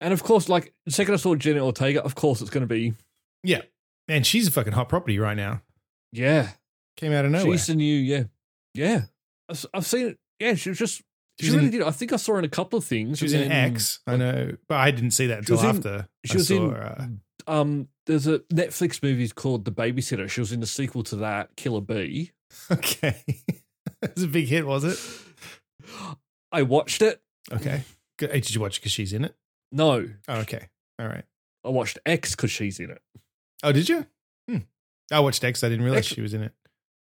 [SPEAKER 1] And of course, like the second I saw Jenna Ortega, of course it's going to be
[SPEAKER 2] Yeah, man, she's a fucking hot property right now.
[SPEAKER 1] yeah.
[SPEAKER 2] Came out of nowhere.
[SPEAKER 1] She's the new yeah, yeah. I've, I've seen it. Yeah, she was just she
[SPEAKER 2] She's
[SPEAKER 1] really
[SPEAKER 2] in-
[SPEAKER 1] did. I think I saw her in a couple of things.
[SPEAKER 2] She was
[SPEAKER 1] and
[SPEAKER 2] in
[SPEAKER 1] then,
[SPEAKER 2] X, I know, but I didn't see that
[SPEAKER 1] She
[SPEAKER 2] until
[SPEAKER 1] was in-
[SPEAKER 2] after.
[SPEAKER 1] she
[SPEAKER 2] I
[SPEAKER 1] was
[SPEAKER 2] saw,
[SPEAKER 1] in-
[SPEAKER 2] uh,
[SPEAKER 1] Um, there's a Netflix movie called The Babysitter. She was in the sequel to that, Killer Bee.
[SPEAKER 2] okay, it was a big hit, was it?
[SPEAKER 1] I watched it.
[SPEAKER 2] Okay, Good. Hey, did you watch because she's in it?
[SPEAKER 1] No,
[SPEAKER 2] Oh, okay, all right.
[SPEAKER 1] I watched X because she's in it.
[SPEAKER 2] Oh, did you? Hmm. I watched X. I didn't realize
[SPEAKER 1] X-
[SPEAKER 2] she was in it.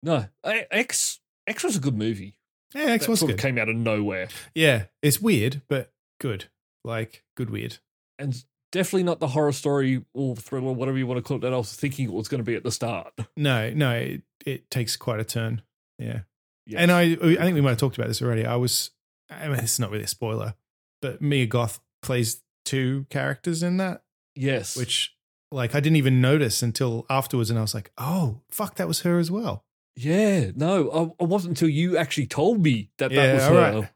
[SPEAKER 1] No, I- X X was a good movie.
[SPEAKER 2] Yeah, X
[SPEAKER 1] That
[SPEAKER 2] was
[SPEAKER 1] sort
[SPEAKER 2] good.
[SPEAKER 1] Of came out of nowhere,
[SPEAKER 2] Yeah, it's weird, but good. Like good weird.
[SPEAKER 1] and definitely not the horror story or thriller, whatever you want to call it. That I was thinking it was going to be at the start.
[SPEAKER 2] No, no, it, it takes quite a turn. Yeah.
[SPEAKER 1] Yes.
[SPEAKER 2] And I I think we might have talked about this already. I was I mean it's not really a spoiler, but Mia Goth plays two characters in that,
[SPEAKER 1] yes,
[SPEAKER 2] which like I didn't even notice until afterwards and I was like, "Oh, fuck, that was her as well."
[SPEAKER 1] yeah, no, I, I wasn't until you actually told me that
[SPEAKER 2] Yeah,
[SPEAKER 1] that was
[SPEAKER 2] all
[SPEAKER 1] her.
[SPEAKER 2] right.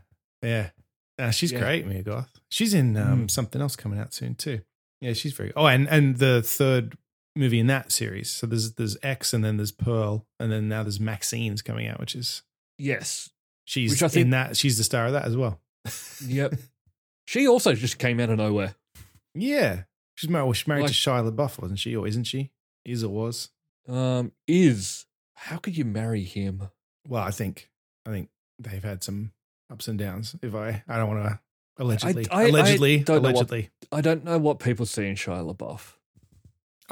[SPEAKER 2] Yeah. Nah, she's
[SPEAKER 1] Yeah. Hmm.
[SPEAKER 2] great, Mia Goth. She's in um, something else coming out soon too. Yeah, she's very. Oh, and and the third movie in that series. So there's there's X, and then there's Pearl, and then now there's Maxine's coming out, which is
[SPEAKER 1] Yes,
[SPEAKER 2] she's
[SPEAKER 1] Which I
[SPEAKER 2] in
[SPEAKER 1] think-
[SPEAKER 2] that. She's the star of that as well.
[SPEAKER 1] yep. she also just came out of nowhere.
[SPEAKER 2] Yeah, she's married. Well, she's married
[SPEAKER 1] Like-
[SPEAKER 2] to Shia LaBeouf, wasn't she? Or isn't she? Is or was?
[SPEAKER 1] Um, is how could you marry him?
[SPEAKER 2] Well, I think I think they've had some ups and downs. If I I don't want to allegedly
[SPEAKER 1] I- I
[SPEAKER 2] allegedly
[SPEAKER 1] don't know what-
[SPEAKER 2] allegedly.
[SPEAKER 1] I don't know what people see in Shia LaBeouf.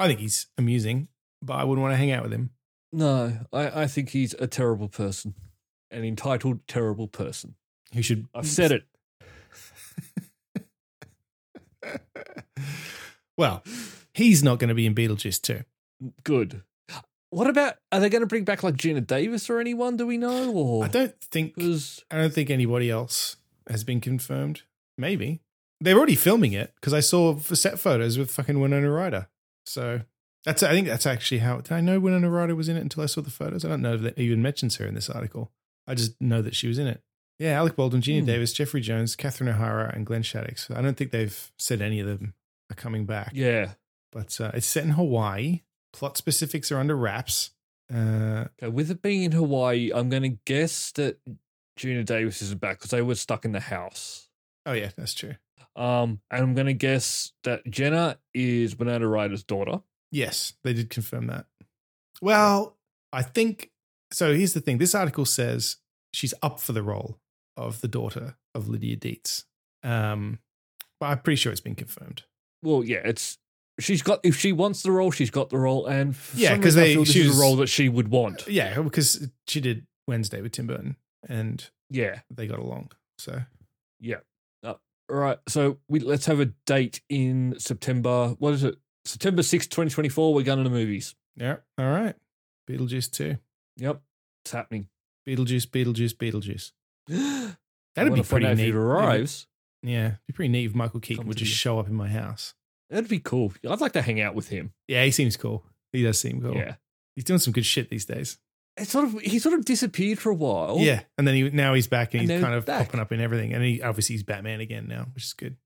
[SPEAKER 2] I think he's amusing, but I wouldn't want to hang out with him.
[SPEAKER 1] No, I, I think he's a terrible person, an entitled, terrible person.
[SPEAKER 2] He should.
[SPEAKER 1] I've said it.
[SPEAKER 2] well, he's not going to be in Beetlejuice too.
[SPEAKER 1] Good. What about? Are they going to bring back like Gina Davis or anyone? Do we know? Or
[SPEAKER 2] I don't think.
[SPEAKER 1] Because
[SPEAKER 2] I don't think anybody else has been confirmed. Maybe they're already filming it because I saw the set photos with fucking Winona Ryder. So that's. I think that's actually how. Did I know Winona Ryder was in it until I saw the photos? I don't know if that even mentions her in this article. I just know that she was in it. Yeah, Alec Baldwin, Gina
[SPEAKER 1] Hmm.
[SPEAKER 2] Davis, Jeffrey Jones, Catherine O'Hara, and Glenn Shaddix. I don't think they've said any of them are coming back.
[SPEAKER 1] yeah.
[SPEAKER 2] but uh, it's set in Hawaii. Plot specifics are under wraps. Uh,
[SPEAKER 1] Okay, with it being in Hawaii, I'm going to guess that Gina Davis isn't back because they were stuck in the house.
[SPEAKER 2] oh yeah, that's true.
[SPEAKER 1] Um, and I'm going to guess that Jenna is Banana Ryder's daughter.
[SPEAKER 2] Yes, they did confirm that. Well, I think so. Here's the thing: this article says she's up for the role of the daughter of Lydia Dietz, um, but I'm pretty sure it's been confirmed.
[SPEAKER 1] Well, yeah, it's she's got if she wants the role, she's got the role, and for
[SPEAKER 2] Yeah,
[SPEAKER 1] some
[SPEAKER 2] 'cause
[SPEAKER 1] reason I
[SPEAKER 2] they- Uh,
[SPEAKER 1] feel this
[SPEAKER 2] she
[SPEAKER 1] is
[SPEAKER 2] was-
[SPEAKER 1] a role that she would want.
[SPEAKER 2] Yeah, because she did Wednesday with Tim Burton, and
[SPEAKER 1] Yeah,
[SPEAKER 2] they got along. So
[SPEAKER 1] all right. So we let's have a date in September. What is it? September sixth, twenty twenty four. We're going to the movies.
[SPEAKER 2] yeah, all right. Beetlejuice two,
[SPEAKER 1] Yep, it's happening.
[SPEAKER 2] Beetlejuice, Beetlejuice, Beetlejuice.
[SPEAKER 1] That'd
[SPEAKER 2] That'd be pretty
[SPEAKER 1] if
[SPEAKER 2] neat.
[SPEAKER 1] it arrives.
[SPEAKER 2] Yeah, it'd be pretty neat if Michael Keaton
[SPEAKER 1] Come
[SPEAKER 2] would
[SPEAKER 1] to
[SPEAKER 2] just
[SPEAKER 1] you.
[SPEAKER 2] show up in my house.
[SPEAKER 1] That'd be cool. I'd like to hang out with him.
[SPEAKER 2] Yeah, he seems cool. He does seem cool.
[SPEAKER 1] Yeah,
[SPEAKER 2] He's doing some good shit these days.
[SPEAKER 1] it sort of he sort of disappeared for a while.
[SPEAKER 2] Yeah, and then he now he's back and
[SPEAKER 1] And
[SPEAKER 2] he's
[SPEAKER 1] now
[SPEAKER 2] kind
[SPEAKER 1] he's
[SPEAKER 2] of
[SPEAKER 1] back.
[SPEAKER 2] popping up in everything. And he obviously he's Batman again now, which is good.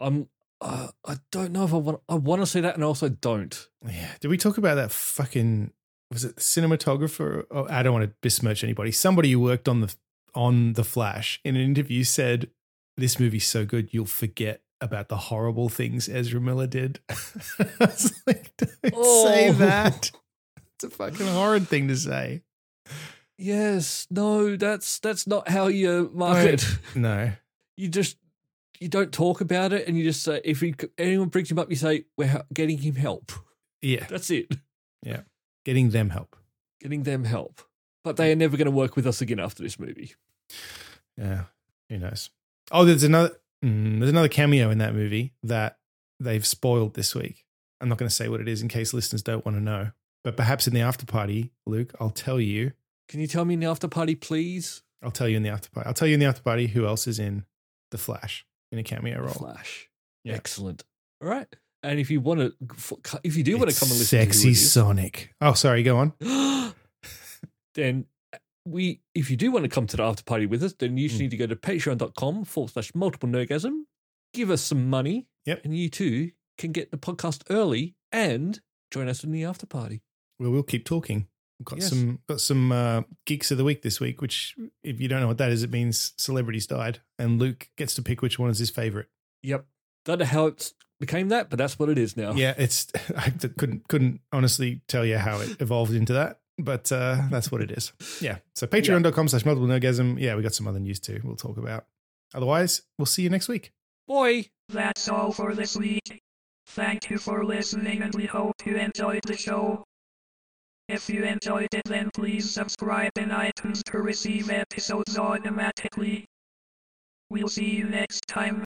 [SPEAKER 1] I'm. Uh, I don't know if I want. I want to see that, and I also don't.
[SPEAKER 2] Yeah. Did we talk about that fucking was it cinematographer? Oh, I don't want to besmirch anybody. Somebody who worked on the on the Flash in an interview said, "This movie's so good, you'll forget." About the horrible things Ezra Miller did. I was like, don't say
[SPEAKER 1] Oh.
[SPEAKER 2] that. It's a fucking horrid thing to say.
[SPEAKER 1] Yes, no, that's that's not how you market.
[SPEAKER 2] No.
[SPEAKER 1] You just you don't talk about it, and you just say if he, anyone brings him up, you say we're hel- getting him help.
[SPEAKER 2] Yeah.
[SPEAKER 1] That's it,
[SPEAKER 2] Getting them help.
[SPEAKER 1] getting them help. But they are never going to work with us again after this movie.
[SPEAKER 2] Yeah. Who knows? Oh, there's another mm, there's another cameo in that movie that they've spoiled this week. I'm not going to say what it is in case listeners don't want to know. But perhaps in the after party, Luke, I'll tell you.
[SPEAKER 1] Can you tell me in the after party, please?
[SPEAKER 2] I'll tell you in the after party. I'll tell you in the after party who else is in The Flash in a cameo role.
[SPEAKER 1] Flash,
[SPEAKER 2] Yeah.
[SPEAKER 1] excellent. All right, And if you want to, if you do want to
[SPEAKER 2] It's
[SPEAKER 1] come and listen
[SPEAKER 2] sexy
[SPEAKER 1] to this,
[SPEAKER 2] Sonic. Oh, sorry. Go on.
[SPEAKER 1] then uh, we, if you do want to come to the after party with us, then you
[SPEAKER 2] Hmm.
[SPEAKER 1] just need to go to patreon.com forward slash multiple nergasm, give us some money,
[SPEAKER 2] Yep.
[SPEAKER 1] and you too can get the podcast early and join us in the after party.
[SPEAKER 2] Well, we'll keep talking. We've got
[SPEAKER 1] Yes.
[SPEAKER 2] some got some uh, geeks of the week this week. Which, if you don't know what that is, it means celebrities died, and Luke gets to pick which one is his favorite.
[SPEAKER 1] Yep. Don't know how it became that, but that's what it is now.
[SPEAKER 2] Yeah, it's I d- couldn't couldn't honestly tell you how it evolved into that, but uh, that's what it is. Yeah. So patreon.com slash multiple nergasm. Yeah, we got some other news too. We'll talk about. Otherwise, we'll see you next week.
[SPEAKER 1] Boy.
[SPEAKER 4] That's all for this week. Thank you for listening and we hope you enjoyed the show. If you enjoyed it then please subscribe in iTunes to receive episodes automatically. We'll see you next time.